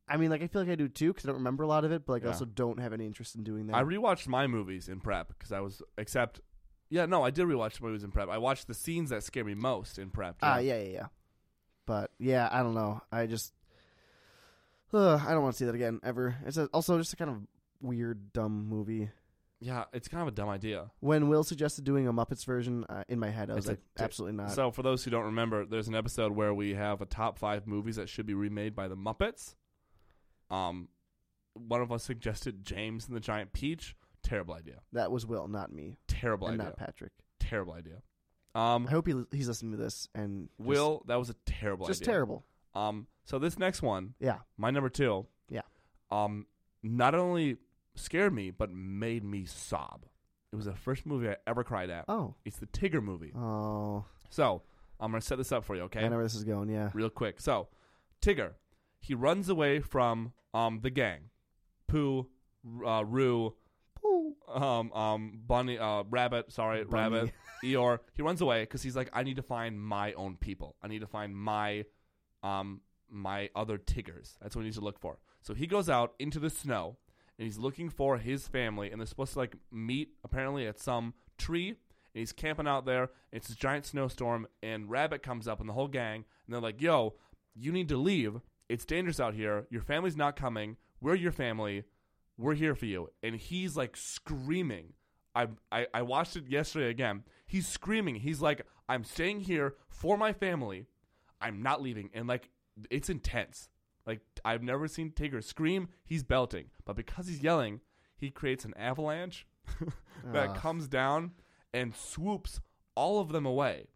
Speaker 1: I mean, like I feel like I do too because I don't remember a lot of it, but like I
Speaker 2: Yeah.
Speaker 1: also don't have any interest in doing that.
Speaker 2: I rewatched my movies in prep because I was except. Yeah, no, I did rewatch the movies in prep. I watched the scenes that scare me most in prep.
Speaker 1: Ah, yeah, yeah, yeah. But yeah, I don't know. I just, Ugh, I don't want to see that again ever. It's a, also just a kind of weird, dumb movie.
Speaker 2: Yeah, it's kind of a dumb idea.
Speaker 1: When Will suggested doing a Muppets version, uh, in my head I was
Speaker 2: It's a
Speaker 1: like,
Speaker 2: di-
Speaker 1: absolutely not.
Speaker 2: So, for those who don't remember, there's an episode where we have a top five movies that should be remade by the Muppets. Um, one of us suggested James and the Giant Peach. Terrible idea.
Speaker 1: that was Will, not me,
Speaker 2: Terrible
Speaker 1: and
Speaker 2: idea.
Speaker 1: not Patrick.
Speaker 2: Terrible idea. Um,
Speaker 1: I hope he, he's listening to this and just-
Speaker 2: Will, that was a terrible
Speaker 1: just,
Speaker 2: idea.
Speaker 1: terrible.
Speaker 2: Um, so this next one,
Speaker 1: Yeah,
Speaker 2: my number two.
Speaker 1: Yeah.
Speaker 2: Um, not only scared me but made me sob. It was the first movie I ever cried at.
Speaker 1: oh,
Speaker 2: It's the Tigger movie.
Speaker 1: oh,
Speaker 2: So I'm gonna set this up for you, okay?
Speaker 1: I know where this is going. Yeah,
Speaker 2: real quick. So, Tigger, He runs away from um the gang, Pooh, uh, Roo,
Speaker 1: Ooh.
Speaker 2: um um Bunny, uh, Rabbit. Sorry,
Speaker 1: Bunny.
Speaker 2: Rabbit, Eeyore. He runs away because he's like, I need to find my own people. I need to find my um my other Tiggers. That's what he needs to look for. So he goes out into the snow and he's looking for his family. And they're supposed to like meet apparently at some tree. And he's camping out there. It's a giant snowstorm. And Rabbit comes up and the whole gang. And they're like, "Yo, you need to leave. It's dangerous out here. Your family's not coming. We're your family. We're here for you." And he's like screaming. I, I, I watched it yesterday again. He's screaming. He's like, "I'm staying here for my family. I'm not leaving. And like, it's intense. Like, I've never seen Tigger scream. He's belting, but because he's yelling, he creates an avalanche that
Speaker 1: Ah.
Speaker 2: comes down and swoops all of them away.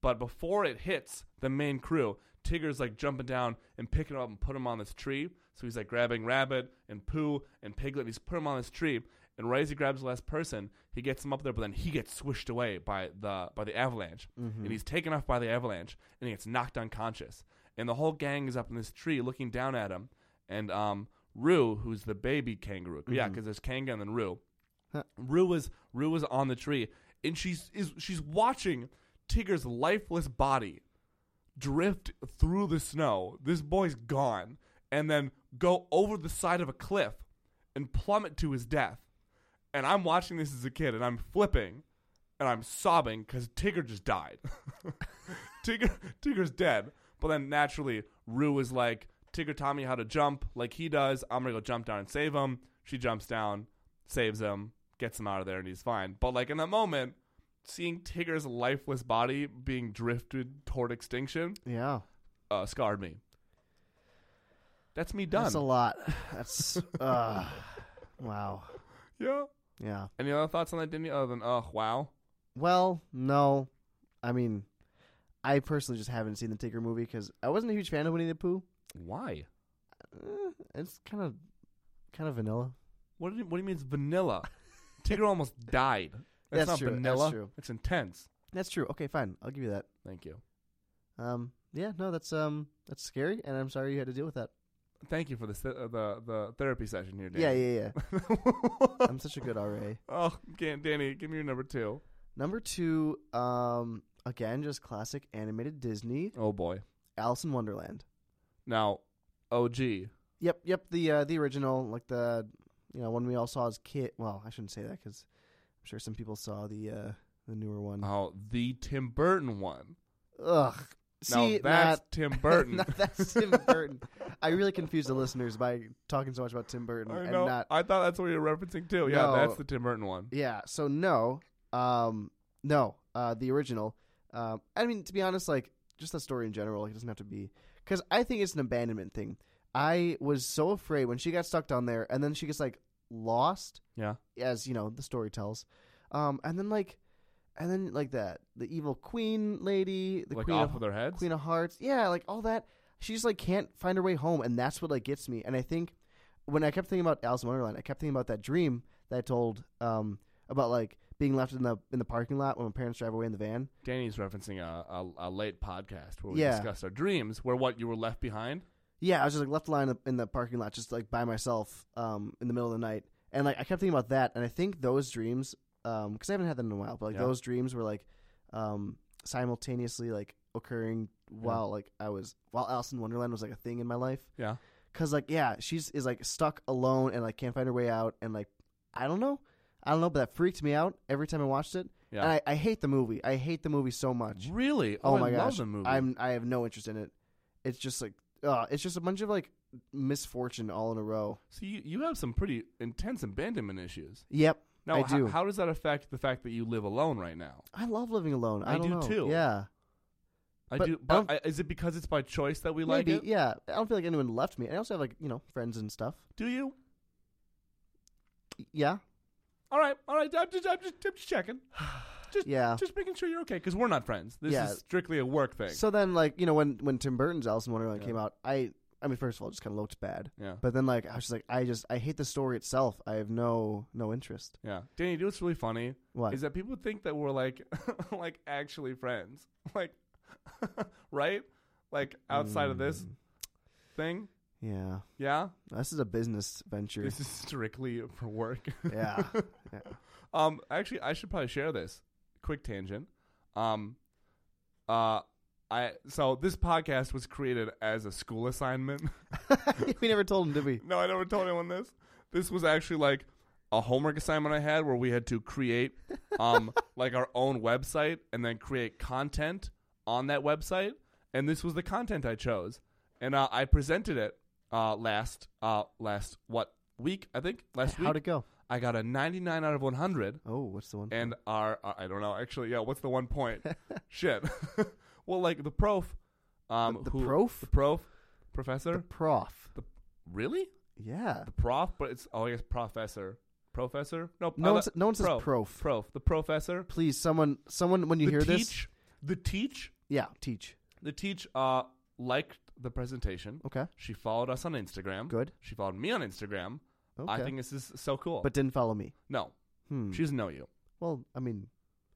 Speaker 2: But before it hits the main crew, Tigger's like jumping down and picking him up and putting him on this tree. So he's like grabbing Rabbit and Pooh and Piglet and he's putting him on this tree. And right as he grabs the last person, he gets him up there, but then he gets swished away by the by the avalanche.
Speaker 1: Mm-hmm.
Speaker 2: And he's taken off by the avalanche and he gets knocked unconscious. And the whole gang is up in this tree looking down at him. And um Roo, who's the baby kangaroo, yeah, because there's Kanga and then Roo.
Speaker 1: Huh.
Speaker 2: Rue is Rue is on the tree, and she's is she's watching Tigger's lifeless body drift through the snow. This boy's gone, and then go over the side of a cliff and plummet to his death. And I'm watching this as a kid, and I'm flipping, and I'm sobbing because Tigger just died. Tigger Tigger's dead. But then naturally, Rue is like, Tigger taught me how to jump like he does. I'm gonna go jump down and save him. She jumps down, saves him, gets him out of there, and he's fine. But like in that moment, seeing Tigger's lifeless body being drifted toward extinction
Speaker 1: Yeah.
Speaker 2: uh, scarred me. That's me done.
Speaker 1: That's a lot. That's uh, wow.
Speaker 2: yeah.
Speaker 1: Yeah.
Speaker 2: Any other thoughts on that, Didn't you? Other than, oh, wow.
Speaker 1: Well, no. I mean, I personally just haven't seen the Tigger movie because I wasn't a huge fan of Winnie the Pooh.
Speaker 2: Why?
Speaker 1: Eh, it's kind of kind of vanilla.
Speaker 2: What do you, what do you mean it's vanilla? Tigger almost died. That's,
Speaker 1: That's
Speaker 2: not
Speaker 1: true. That's
Speaker 2: vanilla.
Speaker 1: true.
Speaker 2: It's intense.
Speaker 1: That's true. Okay, fine. I'll give you that.
Speaker 2: Thank you.
Speaker 1: Um, yeah, no, that's um, that's scary, and I'm sorry you had to deal with that.
Speaker 2: Thank you for the se- uh, the the therapy session here, Danny.
Speaker 1: Yeah, yeah, yeah.
Speaker 2: yeah.
Speaker 1: I'm such a good RA.
Speaker 2: oh, Dan- Danny, give me your number two.
Speaker 1: Number two, um, again, just classic animated Disney,
Speaker 2: Oh boy.
Speaker 1: Alice in Wonderland.
Speaker 2: Now, OG.
Speaker 1: Yep, yep. The uh, the original, like the you know one we all saw as kid. Well, I shouldn't say that because I'm sure some people saw the uh, the newer one.
Speaker 2: Oh, the Tim Burton one.
Speaker 1: Ugh.
Speaker 2: now
Speaker 1: See,
Speaker 2: that's
Speaker 1: Matt-
Speaker 2: Tim Burton.
Speaker 1: No, that's Tim Burton. I really confused the listeners by talking so much about Tim Burton
Speaker 2: I
Speaker 1: and
Speaker 2: know.
Speaker 1: not.
Speaker 2: I thought that's what you were referencing too. Yeah,
Speaker 1: No.
Speaker 2: that's the Tim Burton one.
Speaker 1: Um, Yeah. So no, um, no, uh, the original. Um, I mean, to be honest, like just the story in general, like, it doesn't have to be because I think it's an abandonment thing. I was so afraid when she got stuck down there, and then she gets like lost.
Speaker 2: Yeah.
Speaker 1: As you know, the story tells, um, and then like, and then like that the evil queen lady, the
Speaker 2: like
Speaker 1: queen
Speaker 2: off
Speaker 1: of
Speaker 2: of their heads.
Speaker 1: Queen of Hearts. Yeah, like all that. She just like can't find her way home, and that's what like gets me. And I think when I kept thinking about Alice in Wonderland, I kept thinking about that dream that I told um, about like being left in the in the parking lot when my parents drive away in the van.
Speaker 2: Danny's referencing a, a, a late podcast where we
Speaker 1: Yeah.
Speaker 2: discussed our dreams, where what you were left behind.
Speaker 1: Yeah, I was just like left lying in the parking lot, just like by myself um, in the middle of the night, and like I kept thinking about that. And I think those dreams, because I haven't had them in a while, but like
Speaker 2: Yeah.
Speaker 1: those dreams were like um, simultaneously like occurring while like I was while Alice in Wonderland was like a thing in my life.
Speaker 2: Yeah.
Speaker 1: Cause like yeah, she's is like stuck alone and like can't find her way out and like I don't know, I don't know, but that freaked me out every time I watched it.
Speaker 2: Yeah.
Speaker 1: And I, I hate the movie. I hate the movie so much.
Speaker 2: Really?
Speaker 1: Oh,
Speaker 2: I
Speaker 1: my
Speaker 2: love
Speaker 1: gosh,
Speaker 2: the movie.
Speaker 1: I'm I have no interest in it. It's just like uh, it's just a bunch of like misfortune all in a row.
Speaker 2: so you, you have some pretty intense abandonment issues.
Speaker 1: Yep,
Speaker 2: Now,
Speaker 1: I
Speaker 2: ho-
Speaker 1: do.
Speaker 2: How, does that affect the fact that you live alone right now?
Speaker 1: I love living alone. I,
Speaker 2: I
Speaker 1: don't
Speaker 2: do
Speaker 1: know.
Speaker 2: too.
Speaker 1: Yeah,
Speaker 2: I
Speaker 1: But
Speaker 2: do.
Speaker 1: I
Speaker 2: But I is it because it's by choice that we like
Speaker 1: maybe.
Speaker 2: it?
Speaker 1: Yeah, I don't feel like anyone left me. I also have like you know friends and stuff.
Speaker 2: Do you?
Speaker 1: Y- Yeah,
Speaker 2: All right, all right. I'm just, I'm just, I'm just checking. Just,
Speaker 1: yeah.
Speaker 2: just making sure you're okay because we're not friends. This
Speaker 1: Yeah.
Speaker 2: is strictly a work thing.
Speaker 1: So then like you know when when Tim Burton's Alice in Wonderland
Speaker 2: Yeah.
Speaker 1: came out, I I mean first of all it just kind of looked bad.
Speaker 2: yeah,
Speaker 1: But then, like, I was just like, I just, I hate the story itself. I have no, no interest.
Speaker 2: yeah. Danny, you know what's really funny
Speaker 1: What?
Speaker 2: is that people think that we're like, like actually friends, like, right? Like outside of this
Speaker 1: Mm.
Speaker 2: thing,
Speaker 1: Yeah.
Speaker 2: Yeah,
Speaker 1: This is a business venture.
Speaker 2: this is strictly for work.
Speaker 1: yeah.
Speaker 2: Um, actually, I should probably share this quick tangent. Um, uh, I so this podcast was created as a school assignment.
Speaker 1: we never told him, did we?
Speaker 2: no, I never told anyone this. This was actually like a homework assignment I had where we had to create um like our own website and then create content on that website. And this was the content I chose, and uh, I presented it uh, last uh, last what week I think last week
Speaker 1: How'd it go?
Speaker 2: I got a 99 out of 100
Speaker 1: Oh, what's the one?
Speaker 2: and our, our- I don't know actually yeah what's the one point shit well like the prof um
Speaker 1: the, the
Speaker 2: who-
Speaker 1: prof?
Speaker 2: the prof
Speaker 1: The
Speaker 2: professor
Speaker 1: prof.
Speaker 2: really
Speaker 1: Yeah.
Speaker 2: the prof, but it's oh, I guess professor, professor. No,
Speaker 1: No
Speaker 2: uh,
Speaker 1: one, sa- no one says
Speaker 2: pro.
Speaker 1: prof.
Speaker 2: prof, the professor.
Speaker 1: Please, someone, someone, when you
Speaker 2: the
Speaker 1: hear
Speaker 2: teach,
Speaker 1: this,
Speaker 2: the teach,
Speaker 1: yeah, teach.
Speaker 2: the teach. Uh, liked the presentation.
Speaker 1: Okay,
Speaker 2: She followed us on Instagram.
Speaker 1: good.
Speaker 2: She followed me on Instagram.
Speaker 1: Okay,
Speaker 2: Hmm? I think this is so cool.
Speaker 1: but didn't follow me.
Speaker 2: no,
Speaker 1: Hmm.
Speaker 2: she doesn't know you.
Speaker 1: well, I mean,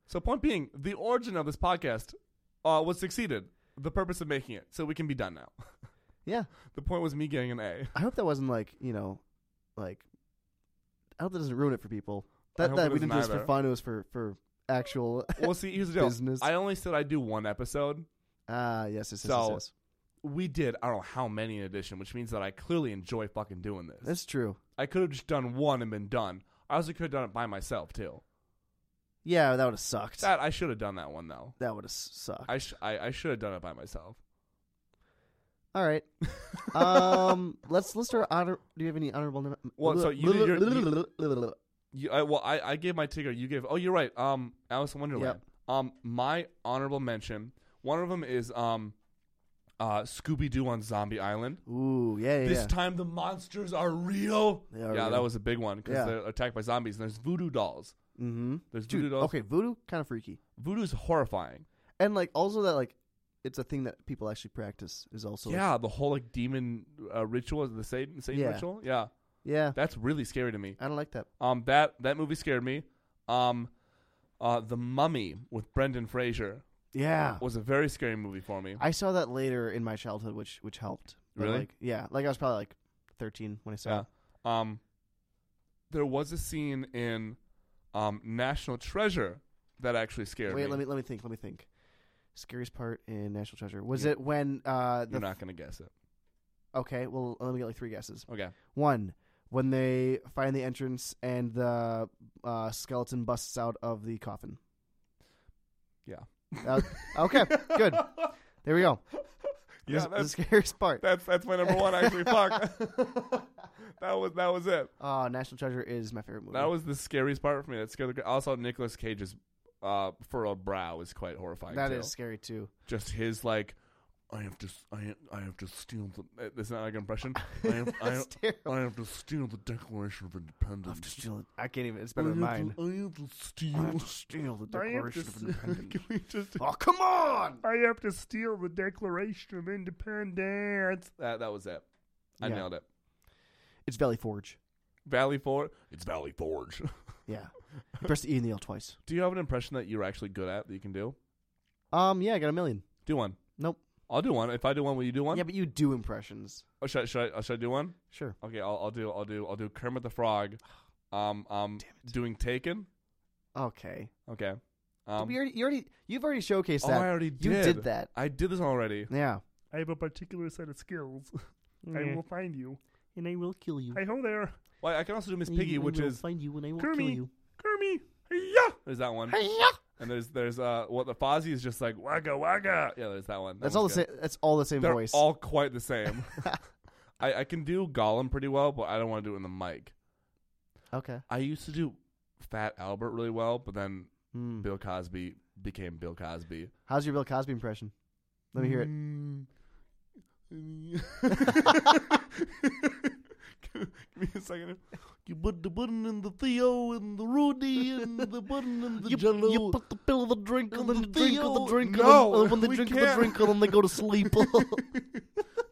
Speaker 2: So point being, the origin of this podcast uh, was succeeded. The purpose of making it, so we can be done now.
Speaker 1: yeah.
Speaker 2: The point was me getting an A.
Speaker 1: I hope that wasn't like you know, like. I hope that doesn't ruin it for people.
Speaker 2: I
Speaker 1: That
Speaker 2: hope it
Speaker 1: that we didn't
Speaker 2: doesn't
Speaker 1: do this for
Speaker 2: either.
Speaker 1: fun. It was for for actual.
Speaker 2: Well, see, here's the deal.
Speaker 1: Business.
Speaker 2: I only said I do one episode.
Speaker 1: Ah, yes, yes, yes, yes,
Speaker 2: So-
Speaker 1: yes.
Speaker 2: We did I don't know how many in addition, which means that I clearly enjoy fucking doing this.
Speaker 1: That's true.
Speaker 2: I could have just done one and been done. I also could have done it by myself too.
Speaker 1: Yeah, that would have sucked. That,
Speaker 2: That I should have done that one though.
Speaker 1: would have sucked.
Speaker 2: I sh- I, I should have done it by myself.
Speaker 1: All right. Um, let's let's start honor. Do you have any honorable? nom-
Speaker 2: Well, so you did
Speaker 1: yeah,
Speaker 2: You, I, well, I, I gave my ticker. You gave. Oh, you're right. Um, Alice in Wonderland. Um, my honorable mention. One of them is um, uh, Scooby Doo on Zombie Island.
Speaker 1: Ooh, yeah, yeah.
Speaker 2: This
Speaker 1: yeah.
Speaker 2: time the monsters are real.
Speaker 1: They are
Speaker 2: yeah,
Speaker 1: real.
Speaker 2: that was a big one because
Speaker 1: Yeah.
Speaker 2: they're attacked by zombies and there's voodoo dolls.
Speaker 1: Mm-hmm.
Speaker 2: There's voodoo
Speaker 1: Dude,
Speaker 2: dolls.
Speaker 1: okay, voodoo kind of freaky,
Speaker 2: Voodoo's horrifying.
Speaker 1: and like also that like it's a thing that people actually practice is also
Speaker 2: yeah, the whole like demon uh, ritual, the Satan, Satan
Speaker 1: Yeah.
Speaker 2: ritual. Yeah,
Speaker 1: yeah.
Speaker 2: that's really scary to me.
Speaker 1: I don't like that.
Speaker 2: Um, that that movie scared me. Um, uh, The Mummy with Brendan Fraser
Speaker 1: Yeah,
Speaker 2: was a very scary movie for me.
Speaker 1: I saw that later in my childhood, which which helped. But,
Speaker 2: Really?
Speaker 1: Like, yeah, like I was probably like thirteen when I saw.
Speaker 2: Yeah.
Speaker 1: it.
Speaker 2: Um, there was a scene in um, National Treasure that actually scared
Speaker 1: Wait,
Speaker 2: me.
Speaker 1: let me let me think. Let me think. Scariest part in National Treasure was
Speaker 2: Yeah.
Speaker 1: it when uh
Speaker 2: You're
Speaker 1: the
Speaker 2: not gonna guess it.
Speaker 1: okay? Well, let me get like three guesses.
Speaker 2: Okay.
Speaker 1: One, when they find the entrance and the uh, skeleton busts out of the coffin.
Speaker 2: Yeah.
Speaker 1: Uh, okay, good. There we go.
Speaker 2: Yeah,
Speaker 1: This- the
Speaker 2: that's
Speaker 1: scariest part.
Speaker 2: that's that's my number one actually. Fuck. that was that was it.
Speaker 1: Oh, National Treasure is my favorite movie.
Speaker 2: That was the scariest part for me. That scared the. Also, Nicolas Cage's uh, furrowed brow is quite horrifying.
Speaker 1: That
Speaker 2: too.
Speaker 1: is scary too.
Speaker 2: just his like. I have to. s- I I have to steal the. uh, That's not like an impression. I have, I, have,
Speaker 1: That's terrible.
Speaker 2: I have to steal the Declaration of Independence.
Speaker 1: I have to steal it. I can't even. It's better than
Speaker 2: I have
Speaker 1: mine.
Speaker 2: to, I have to
Speaker 1: I have
Speaker 2: steal.
Speaker 1: to steal the
Speaker 2: I have
Speaker 1: Declaration
Speaker 2: to
Speaker 1: of
Speaker 2: s-
Speaker 1: Independence.
Speaker 2: Can we just?
Speaker 1: oh, come on!
Speaker 2: I have to steal the Declaration of Independence. That that was it. I
Speaker 1: Yeah.
Speaker 2: nailed it.
Speaker 1: It's Valley Forge.
Speaker 2: Valley Forge. It's Valley Forge.
Speaker 1: Yeah. You press the E and the L twice.
Speaker 2: do you have an impression that you're actually good at that you can do?
Speaker 1: Um, yeah, I got a million.
Speaker 2: Do one.
Speaker 1: Nope.
Speaker 2: I'll do one. If I do one, will you do one?
Speaker 1: Yeah, but you do impressions.
Speaker 2: Oh, should, I, should I? uh, Should I do one?
Speaker 1: Sure.
Speaker 2: Okay, I'll, I'll do. I'll do. I'll do Kermit the Frog. Um, um,
Speaker 1: Damn
Speaker 2: doing Taken.
Speaker 1: Okay.
Speaker 2: Okay.
Speaker 1: But
Speaker 2: Um,
Speaker 1: we already, you already, you've already showcased
Speaker 2: oh, I
Speaker 1: that.
Speaker 2: already
Speaker 1: you
Speaker 2: did.
Speaker 1: did. that.
Speaker 2: I did this already.
Speaker 1: Yeah.
Speaker 2: I have a particular set of skills. find you.
Speaker 1: and I will kill you.
Speaker 2: Hey ho there. Well, I can also do Miss Piggy, which is
Speaker 1: find you and I will
Speaker 2: kill Kermit.
Speaker 1: you.
Speaker 2: Kermit. Yeah. There's that one. And there's there's uh what the Fozzie is just like wagga wagga. Yeah, there's that one. That
Speaker 1: That's all the
Speaker 2: one's good.
Speaker 1: same. That's all the same
Speaker 2: They're
Speaker 1: voice.
Speaker 2: all quite the same. I, I can do Gollum pretty well, but I don't want to do it in the mic.
Speaker 1: okay.
Speaker 2: I used to do Fat Albert really well, but then
Speaker 1: Hmm.
Speaker 2: Bill Cosby became Bill Cosby.
Speaker 1: How's your Bill Cosby impression? Let me hear it.
Speaker 2: Give me a second. You put the button in the Theo and the Rudy and the button in the Jello.
Speaker 1: put the pill of the drink
Speaker 2: and then drink of the drink and
Speaker 3: uh,
Speaker 2: then- and when they drink of the drink
Speaker 1: and then they go to sleep.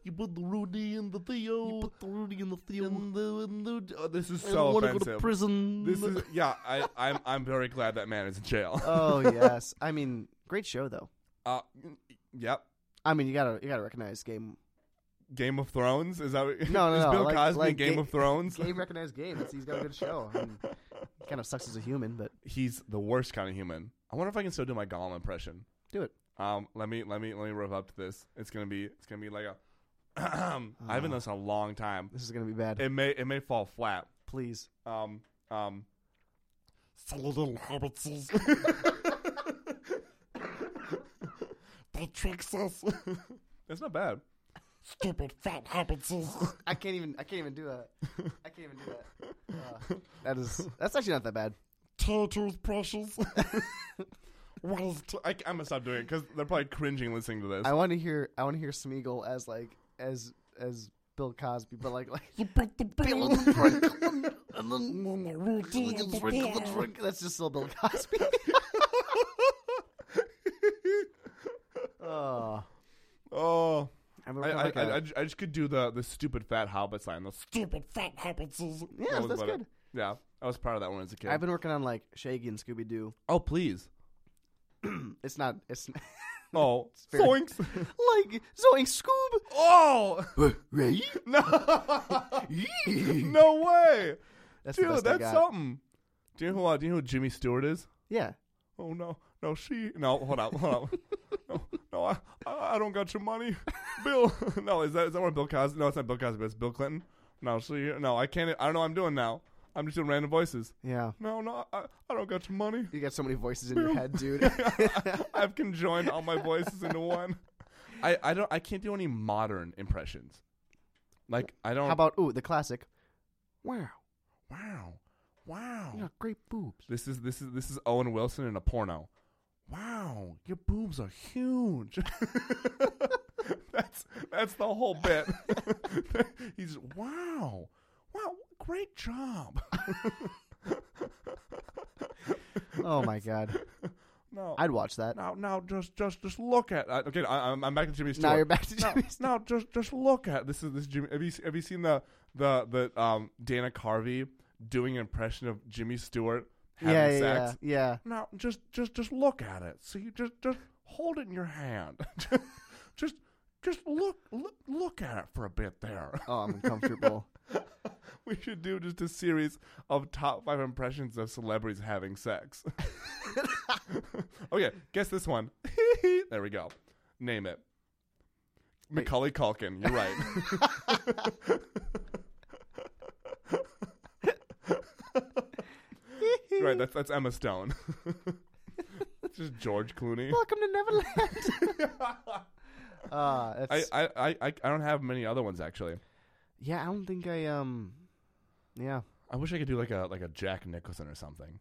Speaker 2: you put the Rudy in the Theo.
Speaker 1: the Rudy in the
Speaker 2: and the, and the, oh, this is so offensive.
Speaker 1: prison.
Speaker 2: This is yeah. I I'm I'm very glad that man is in jail.
Speaker 1: oh yes, I mean, great show though.
Speaker 2: Uh, yep.
Speaker 1: I mean, you gotta you gotta recognize game
Speaker 2: Game of Thrones? Is that what,
Speaker 1: No, no,
Speaker 2: is
Speaker 1: no,
Speaker 2: Bill
Speaker 1: like-
Speaker 2: Cosby
Speaker 1: like
Speaker 2: in Game
Speaker 1: Ga-
Speaker 2: of Thrones?
Speaker 1: Game recognized game. That's, he's got a good show. I mean, kind of sucks as a human, but
Speaker 2: He's the worst kind of human. I wonder if I can still do my Gollum impression.
Speaker 1: do it.
Speaker 2: Um, let me let me let me rev up to this. It's gonna be it's gonna be like a. I haven't done this in a long time.
Speaker 1: This is gonna be bad.
Speaker 2: It may it may fall flat.
Speaker 1: Please.
Speaker 2: Um um.
Speaker 3: Silly little hobbitses. they tricks us.
Speaker 2: That's not bad.
Speaker 3: Stupid fat hobbitses.
Speaker 1: I can't even. I can't even do that. I can't even do that. Uh, that is. That's actually not that bad.
Speaker 3: Turtles precious.
Speaker 2: What is t- I, am gonna stop doing it because they're probably cringing listening to this.
Speaker 1: I want to hear. I want to hear Smeagol as like as as Bill Cosby, but like like.
Speaker 3: You put the bill in the drink. And then the routine of the bear.
Speaker 1: That's just still Bill Cosby. oh,
Speaker 2: oh,
Speaker 1: I,
Speaker 2: I,
Speaker 1: remember
Speaker 2: I,
Speaker 1: like a-
Speaker 2: I, I, ju- I just could do the the stupid fat hobbit sign. The st-
Speaker 3: Stupid fat hobbitses.
Speaker 1: yeah,
Speaker 2: that was
Speaker 1: that's
Speaker 2: about it.
Speaker 1: good.
Speaker 2: Yeah, I was proud of that one as a kid.
Speaker 1: I've been working on like Shaggy and Scooby Doo.
Speaker 2: oh please.
Speaker 1: It's not. It's
Speaker 2: Oh,
Speaker 1: very-
Speaker 2: zoinks.
Speaker 1: like Zoink Scoob.
Speaker 2: oh
Speaker 1: Right?
Speaker 2: no, no way,
Speaker 1: That's the
Speaker 2: dude.
Speaker 1: best I
Speaker 2: That's
Speaker 1: got.
Speaker 2: something. Do you know who? Uh, do you know who Jimmy Stewart is?
Speaker 1: Yeah.
Speaker 2: Oh no, no, she. No, hold on, hold on. No, no, I, I, I don't got your money, Bill. No, is that is that where Bill Cosby? No, it's not Bill Cosby. It's Bill Clinton. No, she. No, I can't. I don't know. what I'm doing now. I'm just doing random voices.
Speaker 1: Yeah.
Speaker 2: No, no, I, I don't got your money.
Speaker 1: You got so many voices in your head, dude.
Speaker 2: I've conjoined all my voices into one. I, I don't. I can't do any modern impressions. Like I don't.
Speaker 1: How about ooh the classic? Wow,
Speaker 2: wow, wow.
Speaker 1: you got great boobs.
Speaker 2: This is this is this is Owen Wilson in a porno. Wow, your boobs are huge. that's that's the whole bit. He's wow, wow, great job.
Speaker 1: Oh my god,
Speaker 2: No,
Speaker 1: I'd watch that.
Speaker 2: now now just just just look at. Uh, okay, I, I'm I'm back to Jimmy Stewart.
Speaker 1: Now you're back to Jimmy. Stewart.
Speaker 2: No, just just look at this is this Jimmy. Have you have you seen the the the um Dana Carvey doing an impression of Jimmy Stewart having
Speaker 1: yeah, yeah,
Speaker 2: sex?
Speaker 1: yeah, yeah.
Speaker 2: Now, just just just look at it. So you just just hold it in your hand. just just look, look look at it for a bit there.
Speaker 1: Oh, I'm uncomfortable.
Speaker 2: We should do just a series of top five impressions of celebrities having sex. okay, guess this one. there we go. Name it. Macaulay Culkin. You're right. You're right. That's that's Emma Stone. just George Clooney.
Speaker 1: Welcome to Neverland. uh,
Speaker 2: I,
Speaker 1: that's,
Speaker 2: I, I, I I don't have many other ones actually.
Speaker 1: yeah, I don't think I um, yeah.
Speaker 2: I wish I could do like a like a Jack Nicholson or something.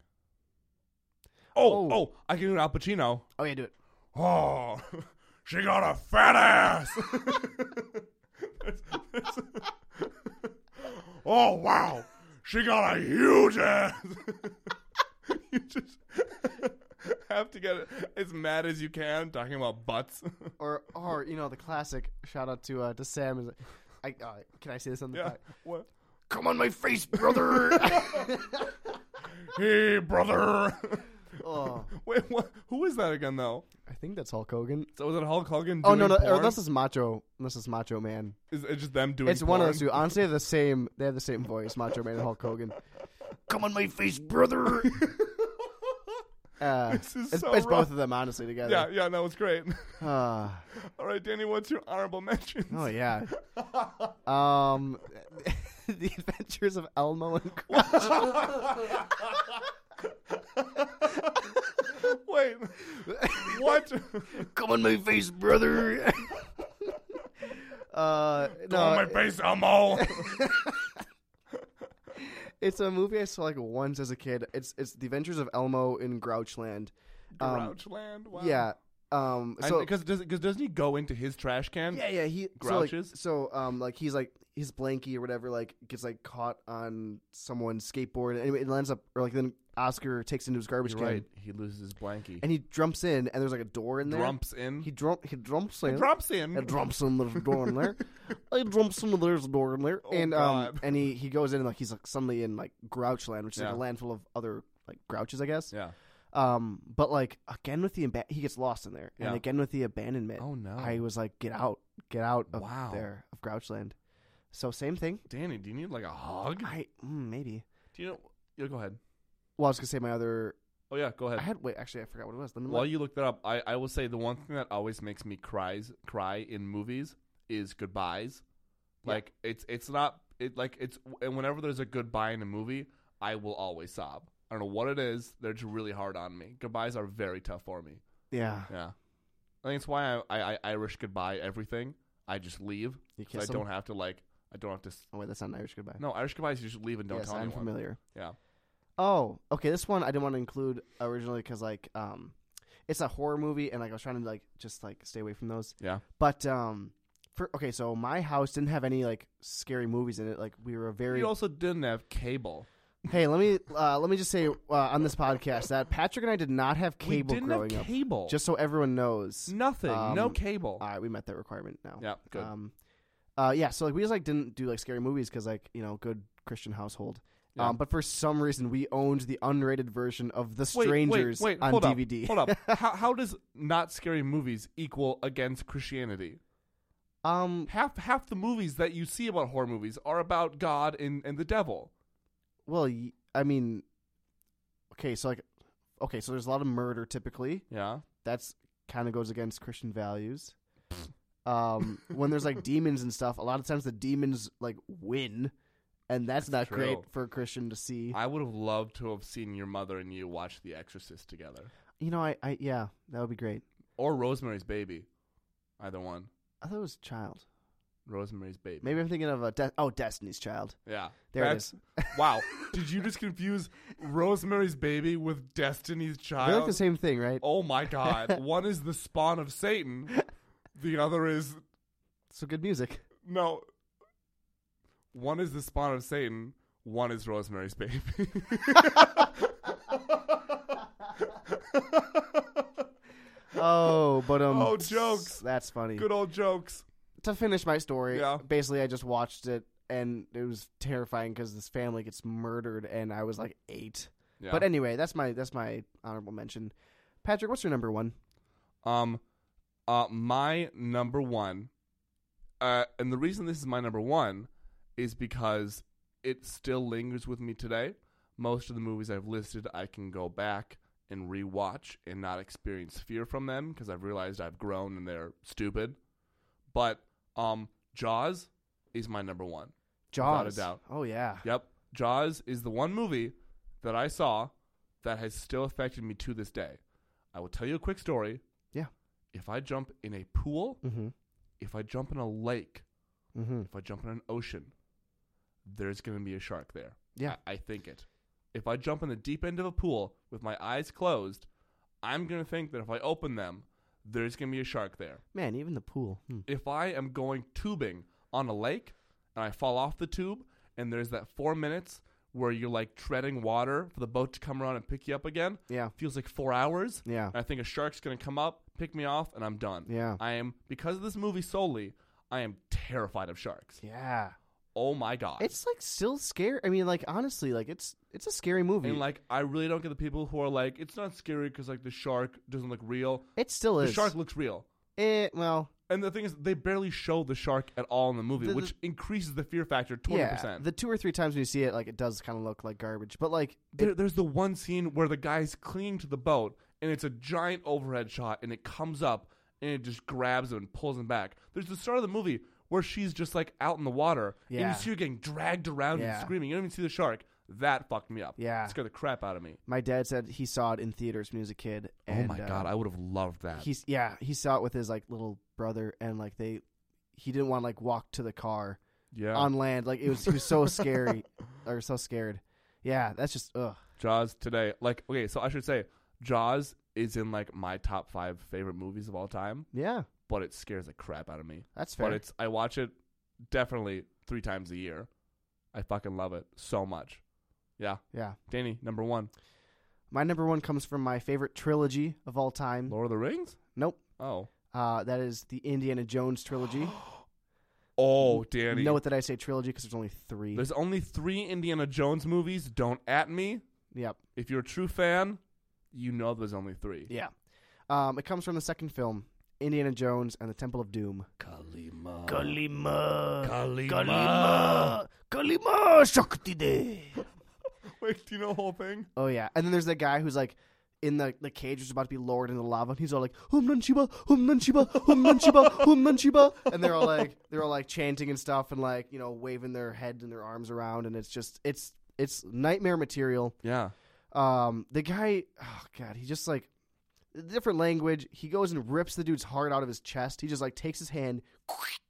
Speaker 2: Oh, oh,
Speaker 1: Oh.
Speaker 2: I can do an Al Pacino.
Speaker 1: Oh yeah, do it.
Speaker 2: Oh, she got a fat ass. oh wow, she got a huge ass. you just have to get as mad as you can talking about butts.
Speaker 1: Or or you know the classic shout out to uh, to Sam. Is like, I uh, can I say this on the
Speaker 2: yeah.
Speaker 1: pod-
Speaker 2: What?
Speaker 1: Come on my face, brother.
Speaker 2: Hey, brother.
Speaker 1: oh,
Speaker 2: Wait, what? Who is that again, though?
Speaker 1: I think that's Hulk Hogan.
Speaker 2: So was it Hulk Hogan? Doing
Speaker 1: Oh no no, or
Speaker 2: porn?
Speaker 1: this is Macho. This is Macho Man.
Speaker 2: Is it just them doing?
Speaker 1: It's one of
Speaker 2: porn?
Speaker 1: those two. Honestly, they're the same. They have the same voice, Macho Man and Hulk Hogan.
Speaker 3: Come on my face, brother.
Speaker 1: Uh,
Speaker 2: This is
Speaker 1: it's
Speaker 2: so
Speaker 1: it's
Speaker 2: rough.
Speaker 1: both of them honestly
Speaker 2: Yeah,
Speaker 1: together.
Speaker 2: yeah, no, it's great.
Speaker 1: Uh,
Speaker 2: All right, Danny, what's your honorable mention?
Speaker 1: oh yeah. Um, the Adventures of Elmo and Grouch.
Speaker 2: Wait, what?
Speaker 3: Come on my face, brother.
Speaker 1: Uh, no,
Speaker 2: on my face, Elmo.
Speaker 1: it's a movie I saw like once as a kid. It's it's the Adventures of Elmo in Grouchland. Um,
Speaker 2: Grouchland. Wow.
Speaker 1: Yeah. Um. So
Speaker 2: because does, cause doesn't he go into his trash can?
Speaker 1: yeah, yeah. He
Speaker 2: Grouches?
Speaker 1: So, like, so um, like he's like his blankie or whatever like gets like caught on someone's skateboard and anyway, it lands up or like then Oscar takes it into his garbage
Speaker 2: You're
Speaker 1: can
Speaker 2: right. He loses his blankie.
Speaker 1: and he jumps in and there's like a door in there.
Speaker 2: Drumps in.
Speaker 1: He drum he drumps in.
Speaker 2: Drops in.
Speaker 1: It drumps in there's a door in there. It drumps in there's a door in there. and um
Speaker 2: Oh, God.
Speaker 1: and he, he goes in and like he's like suddenly in like Grouchland, which is like
Speaker 2: Yeah.
Speaker 1: a land full of other like grouches, I guess.
Speaker 2: yeah.
Speaker 1: Um but like again with the aba- he gets lost in there.
Speaker 2: Yeah.
Speaker 1: And again with the abandonment.
Speaker 2: Oh no.
Speaker 1: I was like, get out, get out of
Speaker 2: Wow.
Speaker 1: there. of Grouchland. So same thing.
Speaker 2: Danny, do you need like a hug?
Speaker 1: I mm, maybe.
Speaker 2: Do you know? Yeah, go ahead.
Speaker 1: Well, I was gonna say my other.
Speaker 2: Oh yeah, go
Speaker 1: I
Speaker 2: ahead.
Speaker 1: had wait. Actually, I forgot what it was. Let me.
Speaker 2: While
Speaker 1: look.
Speaker 2: you look that up, I, I will say the one thing that always makes me cries cry in movies is goodbyes.
Speaker 1: Yeah.
Speaker 2: Like it's it's not it like it's and whenever there's a goodbye in a movie, I will always sob. I don't know what it is. They're just really hard on me. Goodbyes are very tough for me.
Speaker 1: yeah.
Speaker 2: Yeah, I think it's why I I, I Irish goodbye everything. I just leave.
Speaker 1: You
Speaker 2: 'cause
Speaker 1: kiss
Speaker 2: I
Speaker 1: him?
Speaker 2: don't have to like I don't have to. s-
Speaker 1: Oh wait, that's not an Irish goodbye.
Speaker 2: No Irish goodbyes. You just leave and don't
Speaker 1: yes,
Speaker 2: tell
Speaker 1: I'm
Speaker 2: anyone.
Speaker 1: familiar.
Speaker 2: Yeah.
Speaker 1: Oh, okay. This one I didn't want to include originally because like um, it's a horror movie and like I was trying to like just like stay away from those.
Speaker 2: Yeah.
Speaker 1: But um, for okay, so my house didn't have any like scary movies in it. Like we were a very
Speaker 2: You also didn't have cable.
Speaker 1: Hey, let me uh, let me just say uh, on this podcast that Patrick and I did not have cable
Speaker 2: we didn't
Speaker 1: growing
Speaker 2: have
Speaker 1: up.
Speaker 2: cable.
Speaker 1: Just so everyone knows,
Speaker 2: nothing. no
Speaker 1: um,
Speaker 2: cable.
Speaker 1: all right, we met that requirement now.
Speaker 2: yeah. Good.
Speaker 1: Um, uh, yeah. So like we just like didn't do like scary movies because like you know good Christian household.
Speaker 2: Yeah.
Speaker 1: Um, but for some reason we owned the unrated version of The
Speaker 2: Wait, wait,
Speaker 1: Strangers
Speaker 2: wait,
Speaker 1: on
Speaker 2: hold up,
Speaker 1: DVD.
Speaker 2: hold up. How, how does not scary movies equal against Christianity?
Speaker 1: Um,
Speaker 2: Half half the movies that you see about horror movies are about God and, and the devil.
Speaker 1: well, y- I mean, okay, so like, okay, so there's a lot of murder typically.
Speaker 2: Yeah.
Speaker 1: That's kind of goes against Christian values. Um, when there's like demons and stuff, a lot of times the demons like win, and that's, not
Speaker 2: That's true.
Speaker 1: great for a Christian to see.
Speaker 2: I would have loved to have seen your mother and you watch The Exorcist together.
Speaker 1: you know, I, I, yeah, that would be great.
Speaker 2: Or Rosemary's Baby. Either one.
Speaker 1: I thought it was Child.
Speaker 2: Rosemary's Baby.
Speaker 1: Maybe I'm thinking of a de- oh Destiny's Child.
Speaker 2: Yeah.
Speaker 1: There it
Speaker 2: That's-
Speaker 1: is.
Speaker 2: Wow. Did you just confuse Rosemary's Baby with Destiny's Child?
Speaker 1: They're like the same thing, right?
Speaker 2: Oh my God. One is the spawn of Satan, the other is
Speaker 1: So good music.
Speaker 2: No. One is the spawn of Satan. One is Rosemary's Baby.
Speaker 1: Oh, but um,
Speaker 2: Oh, jokes.
Speaker 1: That's funny.
Speaker 2: Good old jokes.
Speaker 1: to finish my story,
Speaker 2: Yeah.
Speaker 1: basically I just watched it and it was terrifying because this family gets murdered and I was like eight.
Speaker 2: Yeah.
Speaker 1: But anyway, that's my that's my honorable mention. Patrick, what's your number one?
Speaker 2: um, uh, my number one, uh, and the reason this is my number one is because it still lingers with me today. Most of the movies I've listed, I can go back and rewatch and not experience fear from them because I've realized I've grown and they're stupid. But um, Jaws is my number one.
Speaker 1: Jaws.
Speaker 2: Without a doubt.
Speaker 1: Oh yeah.
Speaker 2: Yep. Jaws is the one movie that I saw that has still affected me to this day. I will tell you a quick story.
Speaker 1: Yeah.
Speaker 2: If I jump in a pool,
Speaker 1: Mm-hmm.
Speaker 2: if I jump in a lake,
Speaker 1: Mm-hmm.
Speaker 2: if I jump in an ocean, there's going to be a shark there.
Speaker 1: Yeah.
Speaker 2: I, I think it. If I jump in the deep end of a pool with my eyes closed, I'm going to think that if I open them, there's going to be a shark there.
Speaker 1: Man, even the pool. Hmm.
Speaker 2: If I am going tubing on a lake and I fall off the tube and there's that four minutes where you're like treading water for the boat to come around and pick you up again,
Speaker 1: Yeah.
Speaker 2: feels like four hours.
Speaker 1: Yeah.
Speaker 2: And I think a shark's gonna come up, pick me off, and I'm done.
Speaker 1: Yeah.
Speaker 2: I am because of this movie solely, I am terrified of sharks.
Speaker 1: Yeah.
Speaker 2: Oh my god.
Speaker 1: It's like still scary. I mean, like honestly, like it's it's a scary movie.
Speaker 2: and like I really don't get the people who are like, it's not scary because like the shark doesn't look real.
Speaker 1: it still
Speaker 2: The
Speaker 1: is.
Speaker 2: shark looks real.
Speaker 1: Eh, well,
Speaker 2: And the thing is, they barely show the shark at all in the movie,
Speaker 1: The- the-
Speaker 2: which increases the fear factor twenty
Speaker 1: yeah.
Speaker 2: percent.
Speaker 1: The two or three times when you see it, like it does kind of look like garbage. But like,
Speaker 2: There, there's the one scene where the guy's clinging to the boat, and it's a giant overhead shot, and it comes up and it just grabs him and pulls him back. There's the start of the movie where she's just like out in the water, and
Speaker 1: Yeah.
Speaker 2: you see her getting dragged around
Speaker 1: Yeah.
Speaker 2: and screaming. You don't even see the shark. That fucked me up.
Speaker 1: Yeah.
Speaker 2: it scared the crap out of me.
Speaker 1: my dad said he saw it in theaters when he was a kid. And,
Speaker 2: oh my
Speaker 1: uh,
Speaker 2: god, I would have loved that.
Speaker 1: he's yeah he saw it with his like little brother and like they he didn't want to like walk to the car
Speaker 2: yeah,
Speaker 1: on land like it was he was so scary or so scared yeah that's just ugh
Speaker 2: Jaws today. Like, okay, so I should say Jaws is in like my top five favorite movies of all time,
Speaker 1: yeah
Speaker 2: but it scares the crap out of me.
Speaker 1: that's fair
Speaker 2: But it's I watch it definitely three times a year. I fucking love it so much. Yeah,
Speaker 1: yeah
Speaker 2: Danny, number one,
Speaker 1: my number one comes from my favorite trilogy of all time
Speaker 2: Lord of the Rings.
Speaker 1: nope
Speaker 2: Oh,
Speaker 1: uh, that is the Indiana Jones trilogy
Speaker 2: oh, Danny.
Speaker 1: note that I say trilogy because there's only three
Speaker 2: There's only three Indiana Jones movies. Don't at me.
Speaker 1: yep
Speaker 2: If you're a true fan, you know there's only three.
Speaker 1: yeah um, it comes from the second film Indiana Jones and the Temple of Doom
Speaker 3: Kalima.
Speaker 1: Kalima.
Speaker 2: Kalima.
Speaker 1: Kalima. Kalima Shakti De.
Speaker 2: Wait, do you know the whole thing?
Speaker 1: Oh yeah, and then there's that guy who's like in the the cage who's about to be lowered into the lava, and he's all like Hum Nun Shiba, Hum Nun Shiba, Hum Nun Shiba, Hum Nun Shiba, and they're all like they're all like chanting and stuff, and like you know waving their heads and their arms around, and it's just it's it's nightmare material.
Speaker 2: Yeah.
Speaker 1: Um, the guy, oh god, he just like different language. He goes and rips the dude's heart out of his chest. He just like takes his hand,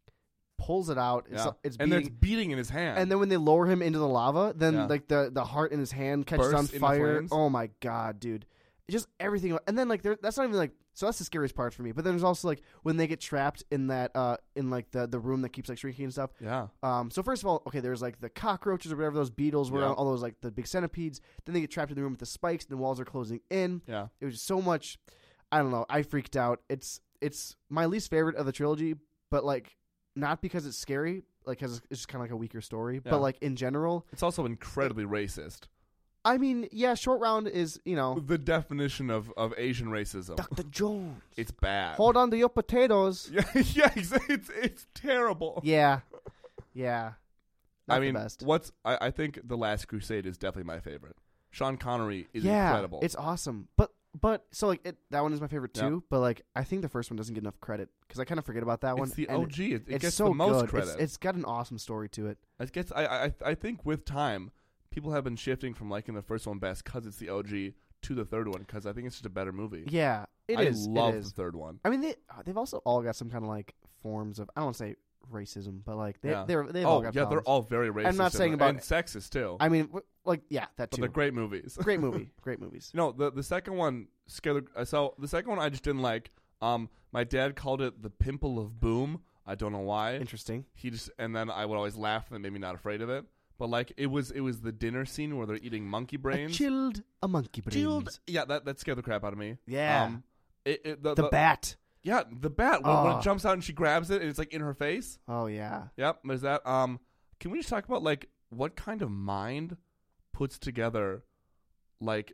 Speaker 1: pulls it out. It's
Speaker 2: yeah.
Speaker 1: it's beating.
Speaker 2: and then it's beating in his hand.
Speaker 1: And then when they lower him into the lava, then
Speaker 2: Yeah.
Speaker 1: like the the heart in his hand catches
Speaker 2: Bursts
Speaker 1: on
Speaker 2: into
Speaker 1: fire.
Speaker 2: flames.
Speaker 1: Oh my god, dude! Just everything. And then like there, that's not even like so that's the scariest part for me. But then there's also like when they get trapped in that uh in like the the room that keeps like shrinking and stuff.
Speaker 2: yeah.
Speaker 1: Um, so first of all, okay, there's like the cockroaches or whatever those beetles were,
Speaker 2: Yeah.
Speaker 1: all those like the big centipedes. Then they get trapped in the room with the spikes, and the walls are closing in.
Speaker 2: Yeah.
Speaker 1: It was just so much. I don't know. I freaked out. It's it's my least favorite of the trilogy, but like not because it's scary, like because it's just kind of like a weaker story.
Speaker 2: Yeah.
Speaker 1: But like in general,
Speaker 2: It's also incredibly racist.
Speaker 1: I mean, yeah, short round is you know
Speaker 2: The definition of, of Asian racism.
Speaker 1: Doctor Jones.
Speaker 2: It's bad.
Speaker 1: Hold on to your potatoes.
Speaker 2: Yeah, yeah, it's it's, it's terrible.
Speaker 1: Yeah, yeah. Not
Speaker 2: I
Speaker 1: the
Speaker 2: mean,
Speaker 1: best.
Speaker 2: what's I, I think the Last Crusade is definitely my favorite. Sean Connery is
Speaker 1: yeah,
Speaker 2: incredible.
Speaker 1: It's awesome. But but so like it, that one is my favorite
Speaker 2: Yeah.
Speaker 1: too. But like I think the first one doesn't get enough credit because I kind of forget about that one.
Speaker 2: It's the
Speaker 1: and
Speaker 2: OG. It, it
Speaker 1: it's
Speaker 2: gets
Speaker 1: so
Speaker 2: the most
Speaker 1: good.
Speaker 2: credit.
Speaker 1: It's, it's got an awesome story to it.
Speaker 2: it gets. I, I I think with time, people have been shifting from liking the first one best because it's the OG to the third one because I think it's just a better movie.
Speaker 1: Yeah, it
Speaker 2: I
Speaker 1: is.
Speaker 2: love
Speaker 1: it
Speaker 2: the
Speaker 1: is.
Speaker 2: third one.
Speaker 1: I mean, they uh, they've also all got some kind of like forms of I don't want to say racism, but like they
Speaker 2: Yeah.
Speaker 1: they're they've all
Speaker 2: Oh yeah,
Speaker 1: got
Speaker 2: they're
Speaker 1: problems.
Speaker 2: all very racist.
Speaker 1: not
Speaker 2: and-
Speaker 1: saying about-
Speaker 2: and sexist too.
Speaker 1: I mean, w- like yeah, that
Speaker 2: but
Speaker 1: too.
Speaker 2: they're great movies.
Speaker 1: great movie, great movies.
Speaker 2: No, the the second one scared. The, uh, so the second one I just didn't like. Um, my dad called it the pimple of boom. I don't know why.
Speaker 1: Interesting.
Speaker 2: He just and then I would always laugh and it made me not afraid of it. But like it was it was the dinner scene where they're eating monkey
Speaker 1: I
Speaker 2: brains.
Speaker 1: chilled a monkey brains.
Speaker 2: Chilled- Yeah, that that scared the crap out of me.
Speaker 1: Yeah.
Speaker 2: Um, it, it, the,
Speaker 1: the,
Speaker 2: the-
Speaker 1: bat.
Speaker 2: Yeah, the bat when, when
Speaker 1: Oh.
Speaker 2: it jumps out and she grabs it and it's like in her face.
Speaker 1: Oh yeah.
Speaker 2: Yep. There's that. Um, can we just talk about like what kind of mind puts together like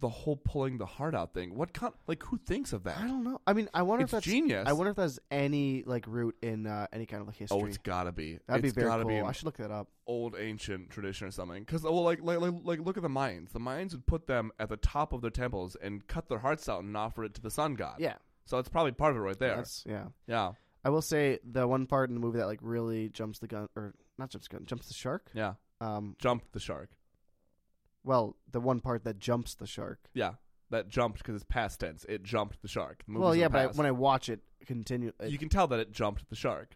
Speaker 2: the whole pulling the heart out thing? What kind? Like who thinks of that?
Speaker 1: I don't know. I mean, I wonder
Speaker 2: It's
Speaker 1: if that's
Speaker 2: genius.
Speaker 1: I wonder if that's any like root in uh, any kind of like history.
Speaker 2: Oh, it's gotta be.
Speaker 1: That'd
Speaker 2: It's
Speaker 1: be very
Speaker 2: gotta
Speaker 1: cool.
Speaker 2: be an
Speaker 1: I should look that up.
Speaker 2: old ancient tradition or something. Because well, like, like like like look at the Mayans. The Mayans would put them at the top of their temples and cut their hearts out and offer it to the sun god.
Speaker 1: Yeah,
Speaker 2: So it's probably part of it right uh, there.
Speaker 1: That's, yeah.
Speaker 2: yeah.
Speaker 1: I will say the one part in the movie that like really jumps the gun, or not jumps the gun, jumps the shark.
Speaker 2: Yeah.
Speaker 1: Um,
Speaker 2: Jumped the shark.
Speaker 1: well, the one part that jumps the shark.
Speaker 2: Yeah. That jumped because it's past tense. It jumped the shark. The
Speaker 1: Well, yeah, but I, when I watch it, continue. it-
Speaker 2: you can tell that it jumped the shark.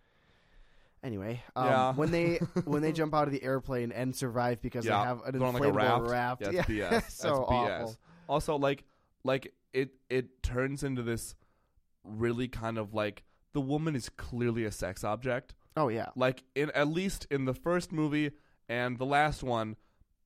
Speaker 1: anyway, um,
Speaker 2: Yeah.
Speaker 1: when they when they jump out of the airplane and survive because
Speaker 2: Yeah,
Speaker 1: they have an
Speaker 2: They're on
Speaker 1: inflatable
Speaker 2: like a raft.
Speaker 1: raft.
Speaker 2: Yeah, it's BS. That's
Speaker 1: so
Speaker 2: BS.
Speaker 1: awful.
Speaker 2: Also, like, like it it turns into this really kind of like the woman is clearly a sex object.
Speaker 1: Oh yeah,
Speaker 2: like in at least in the first movie and the last one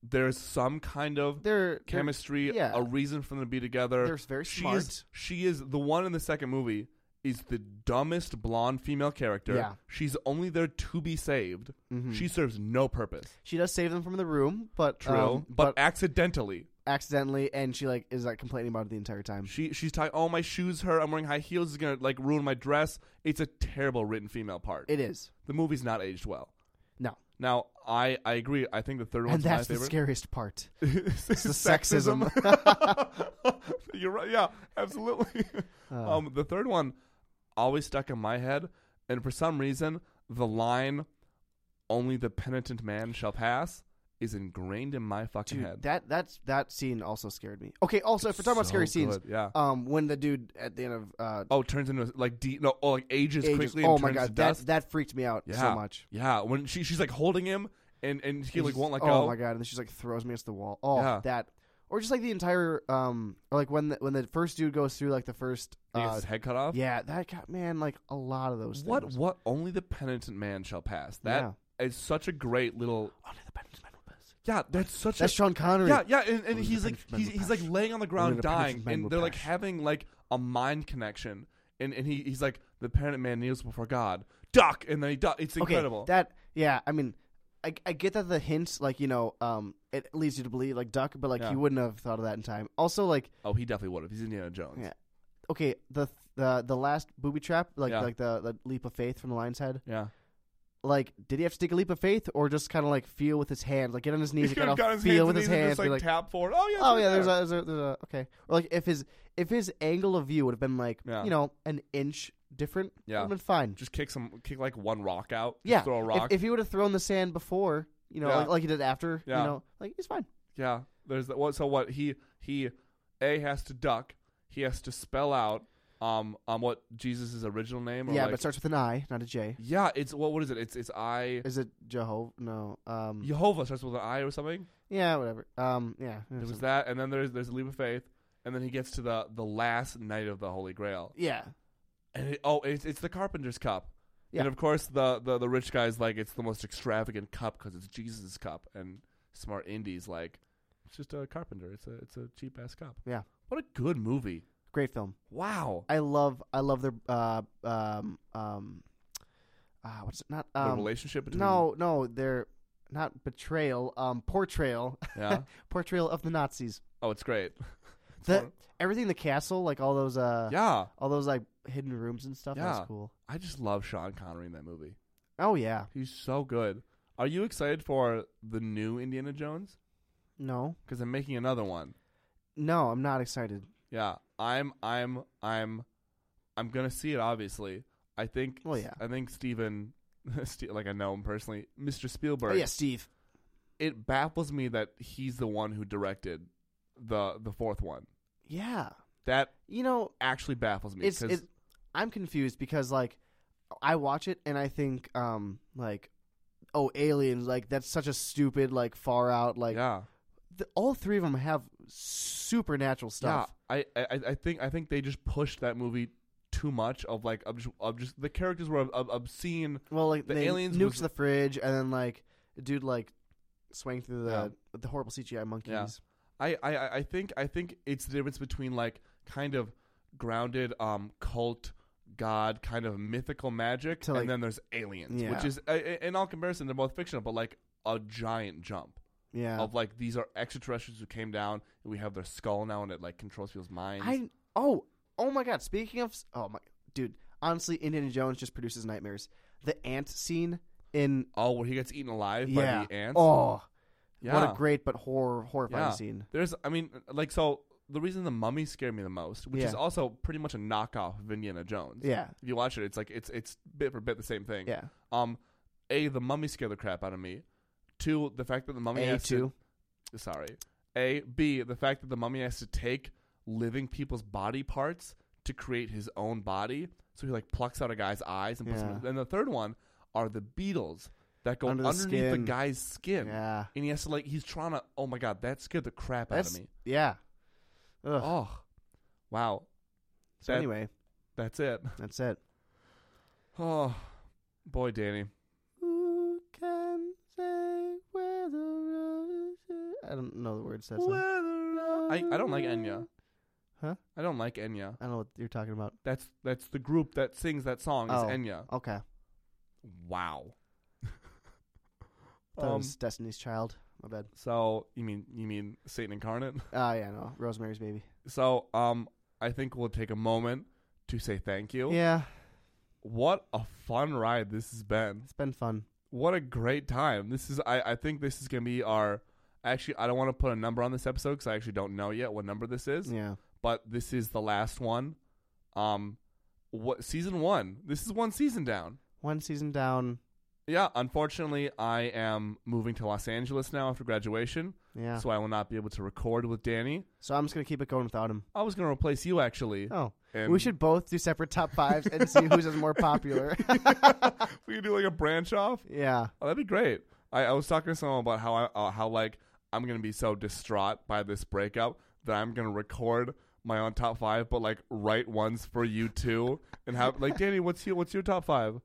Speaker 2: there's some kind of
Speaker 1: they're
Speaker 2: chemistry
Speaker 1: yeah.
Speaker 2: a reason for them to be
Speaker 1: They're,
Speaker 2: together
Speaker 1: they're very
Speaker 2: she
Speaker 1: smart.
Speaker 2: is she is the one in the second movie is the dumbest blonde female character
Speaker 1: Yeah.
Speaker 2: she's only there to be saved
Speaker 1: Mhm.
Speaker 2: she serves no purpose
Speaker 1: She does save them from the room, but
Speaker 2: true
Speaker 1: um,
Speaker 2: but, accidentally
Speaker 1: accidentally, and she like is like complaining about it the entire time.
Speaker 2: she she's talking oh my shoes hurt i'm wearing high heels is gonna like ruin my dress it's a terrible written female part
Speaker 1: It is
Speaker 2: the movie's not aged well
Speaker 1: no,
Speaker 2: now i i agree i think the third
Speaker 1: and
Speaker 2: one's
Speaker 1: that's
Speaker 2: my
Speaker 1: the
Speaker 2: favorite
Speaker 1: scariest part.
Speaker 2: it's
Speaker 1: the sexism.
Speaker 2: You're right. Yeah, absolutely.
Speaker 1: Uh,
Speaker 2: Um, the third one always stuck in my head, and for some reason, the line "Only the penitent man shall pass" is ingrained in my fucking
Speaker 1: dude,
Speaker 2: head.
Speaker 1: that that's that scene also scared me. Okay, also if we're talking about
Speaker 2: So
Speaker 1: scary scenes,
Speaker 2: good, yeah.
Speaker 1: um, when the dude at the end of uh,
Speaker 2: oh, turns into like de- no, oh, like ages,
Speaker 1: Ages-
Speaker 2: quickly.
Speaker 1: oh
Speaker 2: and
Speaker 1: my
Speaker 2: turns to
Speaker 1: god, that
Speaker 2: dust.
Speaker 1: that freaked me out
Speaker 2: yeah,
Speaker 1: so much.
Speaker 2: Yeah, when she she's like holding him, and and he
Speaker 1: And
Speaker 2: like
Speaker 1: she's-
Speaker 2: won't let
Speaker 1: oh
Speaker 2: go.
Speaker 1: my god, and then she's like throws me against the wall. Oh,
Speaker 2: Yeah.
Speaker 1: that. Or just like the entire, um, or like when the, when the first dude goes through like the first,
Speaker 2: He gets
Speaker 1: uh,
Speaker 2: his head cut off.
Speaker 1: yeah, that got man like a lot of those.
Speaker 2: What?
Speaker 1: Things.
Speaker 2: What? Only the penitent man shall pass. That is such a great little.
Speaker 1: Only the penitent man will pass.
Speaker 2: Yeah, that's such a
Speaker 1: That's Sean Connery.
Speaker 2: Yeah, yeah, and, and
Speaker 1: Only the
Speaker 2: he's like
Speaker 1: punch man
Speaker 2: he's,
Speaker 1: will
Speaker 2: he's like
Speaker 1: pass.
Speaker 2: laying on the
Speaker 1: Only
Speaker 2: ground
Speaker 1: the
Speaker 2: dying,
Speaker 1: punch man
Speaker 2: and
Speaker 1: will
Speaker 2: they're like
Speaker 1: pass.
Speaker 2: having like a mind connection, and and he, he's like the parent man kneels before God, duck, and then he duck. It's incredible.
Speaker 1: Okay, that yeah, I mean, I, I get that the hints like you know, um, it leads you to believe like duck, but like
Speaker 2: Yeah.
Speaker 1: he wouldn't have thought of that in time. Also, like
Speaker 2: oh, he definitely would have. He's Indiana Jones.
Speaker 1: Yeah. okay, the the the last booby trap, like
Speaker 2: Yeah.
Speaker 1: like the, the leap of faith from the lion's head.
Speaker 2: Yeah.
Speaker 1: Like, did he have to take a leap of faith, or just kind of like feel with his hands, like get on his knees,
Speaker 2: He
Speaker 1: and kind of
Speaker 2: could've got his
Speaker 1: feel
Speaker 2: hands
Speaker 1: with
Speaker 2: and
Speaker 1: his
Speaker 2: knees and
Speaker 1: hands,
Speaker 2: just like,
Speaker 1: be like,
Speaker 2: tap forward. Oh yeah.
Speaker 1: oh yeah,
Speaker 2: it's
Speaker 1: there's
Speaker 2: right
Speaker 1: a, there's, a, there's a okay, or like if his if his angle of view would have been like
Speaker 2: Yeah.
Speaker 1: you know an inch different,
Speaker 2: Yeah.
Speaker 1: would have been fine.
Speaker 2: there. just kick some kick like one rock out. Just
Speaker 1: Yeah,
Speaker 2: Throw a
Speaker 1: If-
Speaker 2: rock.
Speaker 1: If, he would have thrown the sand before, you know,
Speaker 2: Yeah.
Speaker 1: like, like he did after,
Speaker 2: Yeah.
Speaker 1: you know, like he's fine.
Speaker 2: yeah. There's that. What? So what? He he, a has to duck. He has to spell out um um what Jesus' original name. Or
Speaker 1: yeah,
Speaker 2: like,
Speaker 1: but it starts with an I, not a J.
Speaker 2: yeah. It's what? What is it? It's it's I.
Speaker 1: Is it Jehovah? No. Um.
Speaker 2: Jehovah starts with an I or something.
Speaker 1: Yeah. Whatever. Um. Yeah. yeah,
Speaker 2: There was
Speaker 1: some-
Speaker 2: that, and then there's there's a leap of faith, and then he gets to the the last night of the Holy Grail,
Speaker 1: Yeah.
Speaker 2: and it, oh, it's it's the Carpenter's cup,
Speaker 1: Yeah.
Speaker 2: and of course the, the the rich guy's like it's the most extravagant cup because it's Jesus' cup, and smart Indy's like it's just a carpenter, it's a it's a cheap ass cup.
Speaker 1: Yeah.
Speaker 2: what a good movie!
Speaker 1: Great film.
Speaker 2: Wow,
Speaker 1: I love. I love their. Uh. Um. Um. Uh, what's it? Not.
Speaker 2: the
Speaker 1: Um.
Speaker 2: relationship between
Speaker 1: No. No. They're not betrayal. Um. Portrayal.
Speaker 2: yeah,
Speaker 1: portrayal of the Nazis.
Speaker 2: oh, it's great. It's
Speaker 1: The
Speaker 2: one-
Speaker 1: everything in the castle, like all those. Uh.
Speaker 2: yeah,
Speaker 1: All those like hidden rooms and stuff.
Speaker 2: Yeah.
Speaker 1: That's cool.
Speaker 2: I just love Sean Connery in that movie.
Speaker 1: Oh yeah.
Speaker 2: He's so good. Are you excited for the new Indiana Jones?
Speaker 1: No.
Speaker 2: Because I'm making another one.
Speaker 1: No. I'm not excited. Oh,
Speaker 2: Yeah, I'm, I'm, I'm, I'm gonna see it. Obviously, I think.
Speaker 1: Well, Oh, yeah.
Speaker 2: I think Steven, Ste- like I know him personally, Mr. Spielberg.
Speaker 1: Oh yeah, Steve.
Speaker 2: It baffles me that he's the one who directed the the fourth one.
Speaker 1: Yeah.
Speaker 2: That
Speaker 1: You know,
Speaker 2: actually baffles me.
Speaker 1: it's
Speaker 2: 'cause-
Speaker 1: it, I'm confused because like I watch it and I think um like oh aliens like that's such a stupid like far out like
Speaker 2: yeah,
Speaker 1: the, all three of them have supernatural stuff.
Speaker 2: yeah. I, I, I think I think they just pushed that movie too much. Of like, of just, of just the characters were ob- ob- obscene.
Speaker 1: Well, like
Speaker 2: The
Speaker 1: they
Speaker 2: aliens
Speaker 1: nukes
Speaker 2: was-
Speaker 1: the fridge and then like a dude like swang through the
Speaker 2: Yeah.
Speaker 1: the horrible CGI monkeys.
Speaker 2: Yeah. I, I, I- I think I think it's the difference between like kind of grounded um cult god kind of mythical magic
Speaker 1: To, like-
Speaker 2: and then there's aliens which
Speaker 1: Yeah.
Speaker 2: is uh, in all comparison they're both fictional but like a giant jump
Speaker 1: Yeah.
Speaker 2: of like these are extraterrestrials who came down and we have their skull now and it like controls people's minds
Speaker 1: I oh oh my god. Speaking of s- oh my dude, honestly, Indiana Jones just produces nightmares. The ant scene in
Speaker 2: oh where he gets eaten alive
Speaker 1: yeah
Speaker 2: by the ants
Speaker 1: oh
Speaker 2: yeah
Speaker 1: what a great but horror horrifying
Speaker 2: Yeah.
Speaker 1: scene.
Speaker 2: there's I mean like so the reason the mummy scared me the most which is
Speaker 1: Yeah.
Speaker 2: also pretty much a knockoff of Indiana Jones
Speaker 1: Yeah.
Speaker 2: if you watch it it's like it's it's bit for bit the same thing
Speaker 1: Yeah.
Speaker 2: Um, a the mummy scared the crap out of me. Two, the fact that the mummy
Speaker 1: A
Speaker 2: has
Speaker 1: two.
Speaker 2: To, sorry. A B the fact that the mummy has to take living people's body parts to create his own body. So he like plucks out a guy's eyes and puts them.
Speaker 1: Yeah.
Speaker 2: And the third one are the beetles that go
Speaker 1: Under the
Speaker 2: underneath the
Speaker 1: skin.
Speaker 2: guy's skin.
Speaker 1: Yeah.
Speaker 2: And he has to like he's trying to. Oh my god, that scared the crap out
Speaker 1: That's
Speaker 2: of me.
Speaker 1: yeah. Ugh.
Speaker 2: Oh, wow.
Speaker 1: so
Speaker 2: that-
Speaker 1: anyway,
Speaker 2: That's it.
Speaker 1: that's it.
Speaker 2: Oh, boy, Danny.
Speaker 1: Who can say where the road is- I don't know the words to that song.
Speaker 2: uh, I, I don't like Enya.
Speaker 1: Huh?
Speaker 2: I don't like Enya.
Speaker 1: I don't know what you're talking about.
Speaker 2: That's that's the group that sings that song
Speaker 1: Oh.
Speaker 2: is Enya.
Speaker 1: Okay.
Speaker 2: Wow.
Speaker 1: That
Speaker 2: um,
Speaker 1: was Destiny's Child. My bad.
Speaker 2: so you mean you mean Satan incarnate?
Speaker 1: Ah, yeah, no. Rosemary's Baby.
Speaker 2: So um I think we'll take a moment to say thank you.
Speaker 1: Yeah,
Speaker 2: What a fun ride this has been.
Speaker 1: it's been fun.
Speaker 2: What a great time. This is I, I think this is gonna be our actually I don't want to put a number on this episode because I actually don't know yet what number this is.
Speaker 1: Yeah.
Speaker 2: but this is the last one. Um, what season one? This is one season down.
Speaker 1: One season down.
Speaker 2: Yeah, unfortunately, I am moving to Los Angeles now after graduation,
Speaker 1: Yeah.
Speaker 2: so I will not be able to record with Danny.
Speaker 1: So I'm just going to keep it going without him.
Speaker 2: I was going to replace you actually.
Speaker 1: Oh.
Speaker 2: and
Speaker 1: we should both do separate top fives and see who's is more popular.
Speaker 2: we could do like a branch off.
Speaker 1: yeah.
Speaker 2: Oh, that'd be great. I, I was talking to someone about how I uh, how like I'm gonna be so distraught by this breakup that I'm gonna record my own top five, but like write ones for you too, and have like Danny, what's your what's your top five?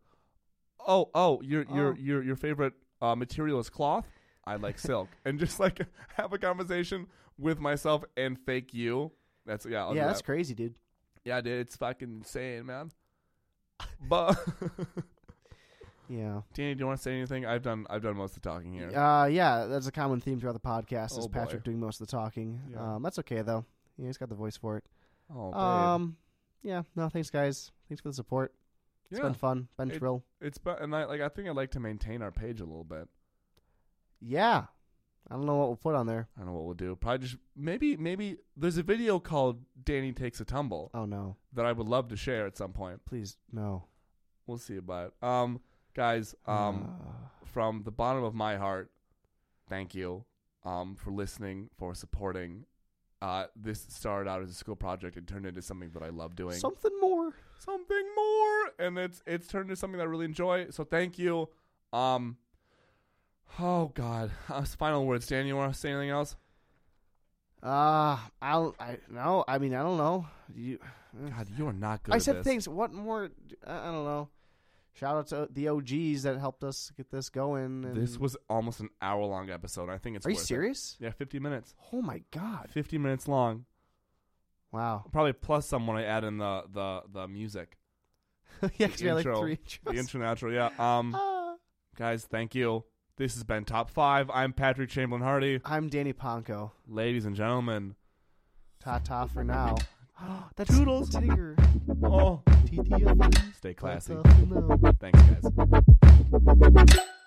Speaker 2: Oh, oh, your your
Speaker 1: Oh.
Speaker 2: your your favorite uh, material is cloth. I like silk, and just like have a conversation with myself and fake you. That's yeah, I'll do
Speaker 1: yeah, that's
Speaker 2: that.
Speaker 1: crazy, dude.
Speaker 2: yeah, dude, it's fucking insane, man. But
Speaker 1: Yeah.
Speaker 2: Danny, do you want to say anything? I've done I've done most of the talking here.
Speaker 1: Uh, yeah, that's a common theme throughout the podcast
Speaker 2: Oh,
Speaker 1: is
Speaker 2: boy.
Speaker 1: Patrick doing most of the talking.
Speaker 2: Yeah.
Speaker 1: Um, that's okay though. Yeah, he's got the voice for it.
Speaker 2: Oh, babe.
Speaker 1: um, yeah, no, thanks guys. Thanks for the support. It's been fun. Been
Speaker 2: It-
Speaker 1: thrill.
Speaker 2: It's but and I like I think I'd like to maintain our page a little bit.
Speaker 1: Yeah. I don't know what we'll put on there.
Speaker 2: I don't know what we'll do. Probably just maybe maybe there's a video called Danny Takes a Tumble
Speaker 1: Oh no.
Speaker 2: that I would love to share at some point.
Speaker 1: Please no.
Speaker 2: We'll see about it. Um guys, um
Speaker 1: Uh,
Speaker 2: from the bottom of my heart, thank you um for listening, for supporting. Uh this started out as a school project and turned into something that I love doing.
Speaker 1: something more.
Speaker 2: something more and it's it's turned into something that i really enjoy so thank you um oh god uh, final words dan you want to say anything else
Speaker 1: Uh I'll I no, I mean I don't know. You uh,
Speaker 2: god you are not good
Speaker 1: I
Speaker 2: at
Speaker 1: said
Speaker 2: this.
Speaker 1: thanks. What more I, I don't know. Shout out to the OGs that helped us get this going. And
Speaker 2: this was almost an hour long episode i think it's
Speaker 1: Are you
Speaker 2: worth it.
Speaker 1: serious?
Speaker 2: yeah 50 minutes
Speaker 1: Oh my god.
Speaker 2: 50 minutes long
Speaker 1: Wow.
Speaker 2: probably plus some when i add in the the the music
Speaker 1: yeah, 'cause we had like
Speaker 2: intro.
Speaker 1: three
Speaker 2: the
Speaker 1: intros.
Speaker 2: intro and outro yeah um
Speaker 1: Ah.
Speaker 2: guys thank you this has been top five i'm patrick chamberlain hardy
Speaker 1: I'm Danny Ponko.
Speaker 2: ladies and gentlemen
Speaker 1: Ta ta for now. That's Toodles Tigger.
Speaker 2: oh
Speaker 1: TTFN.
Speaker 2: stay classy
Speaker 1: Ta-ta for now.
Speaker 2: thanks guys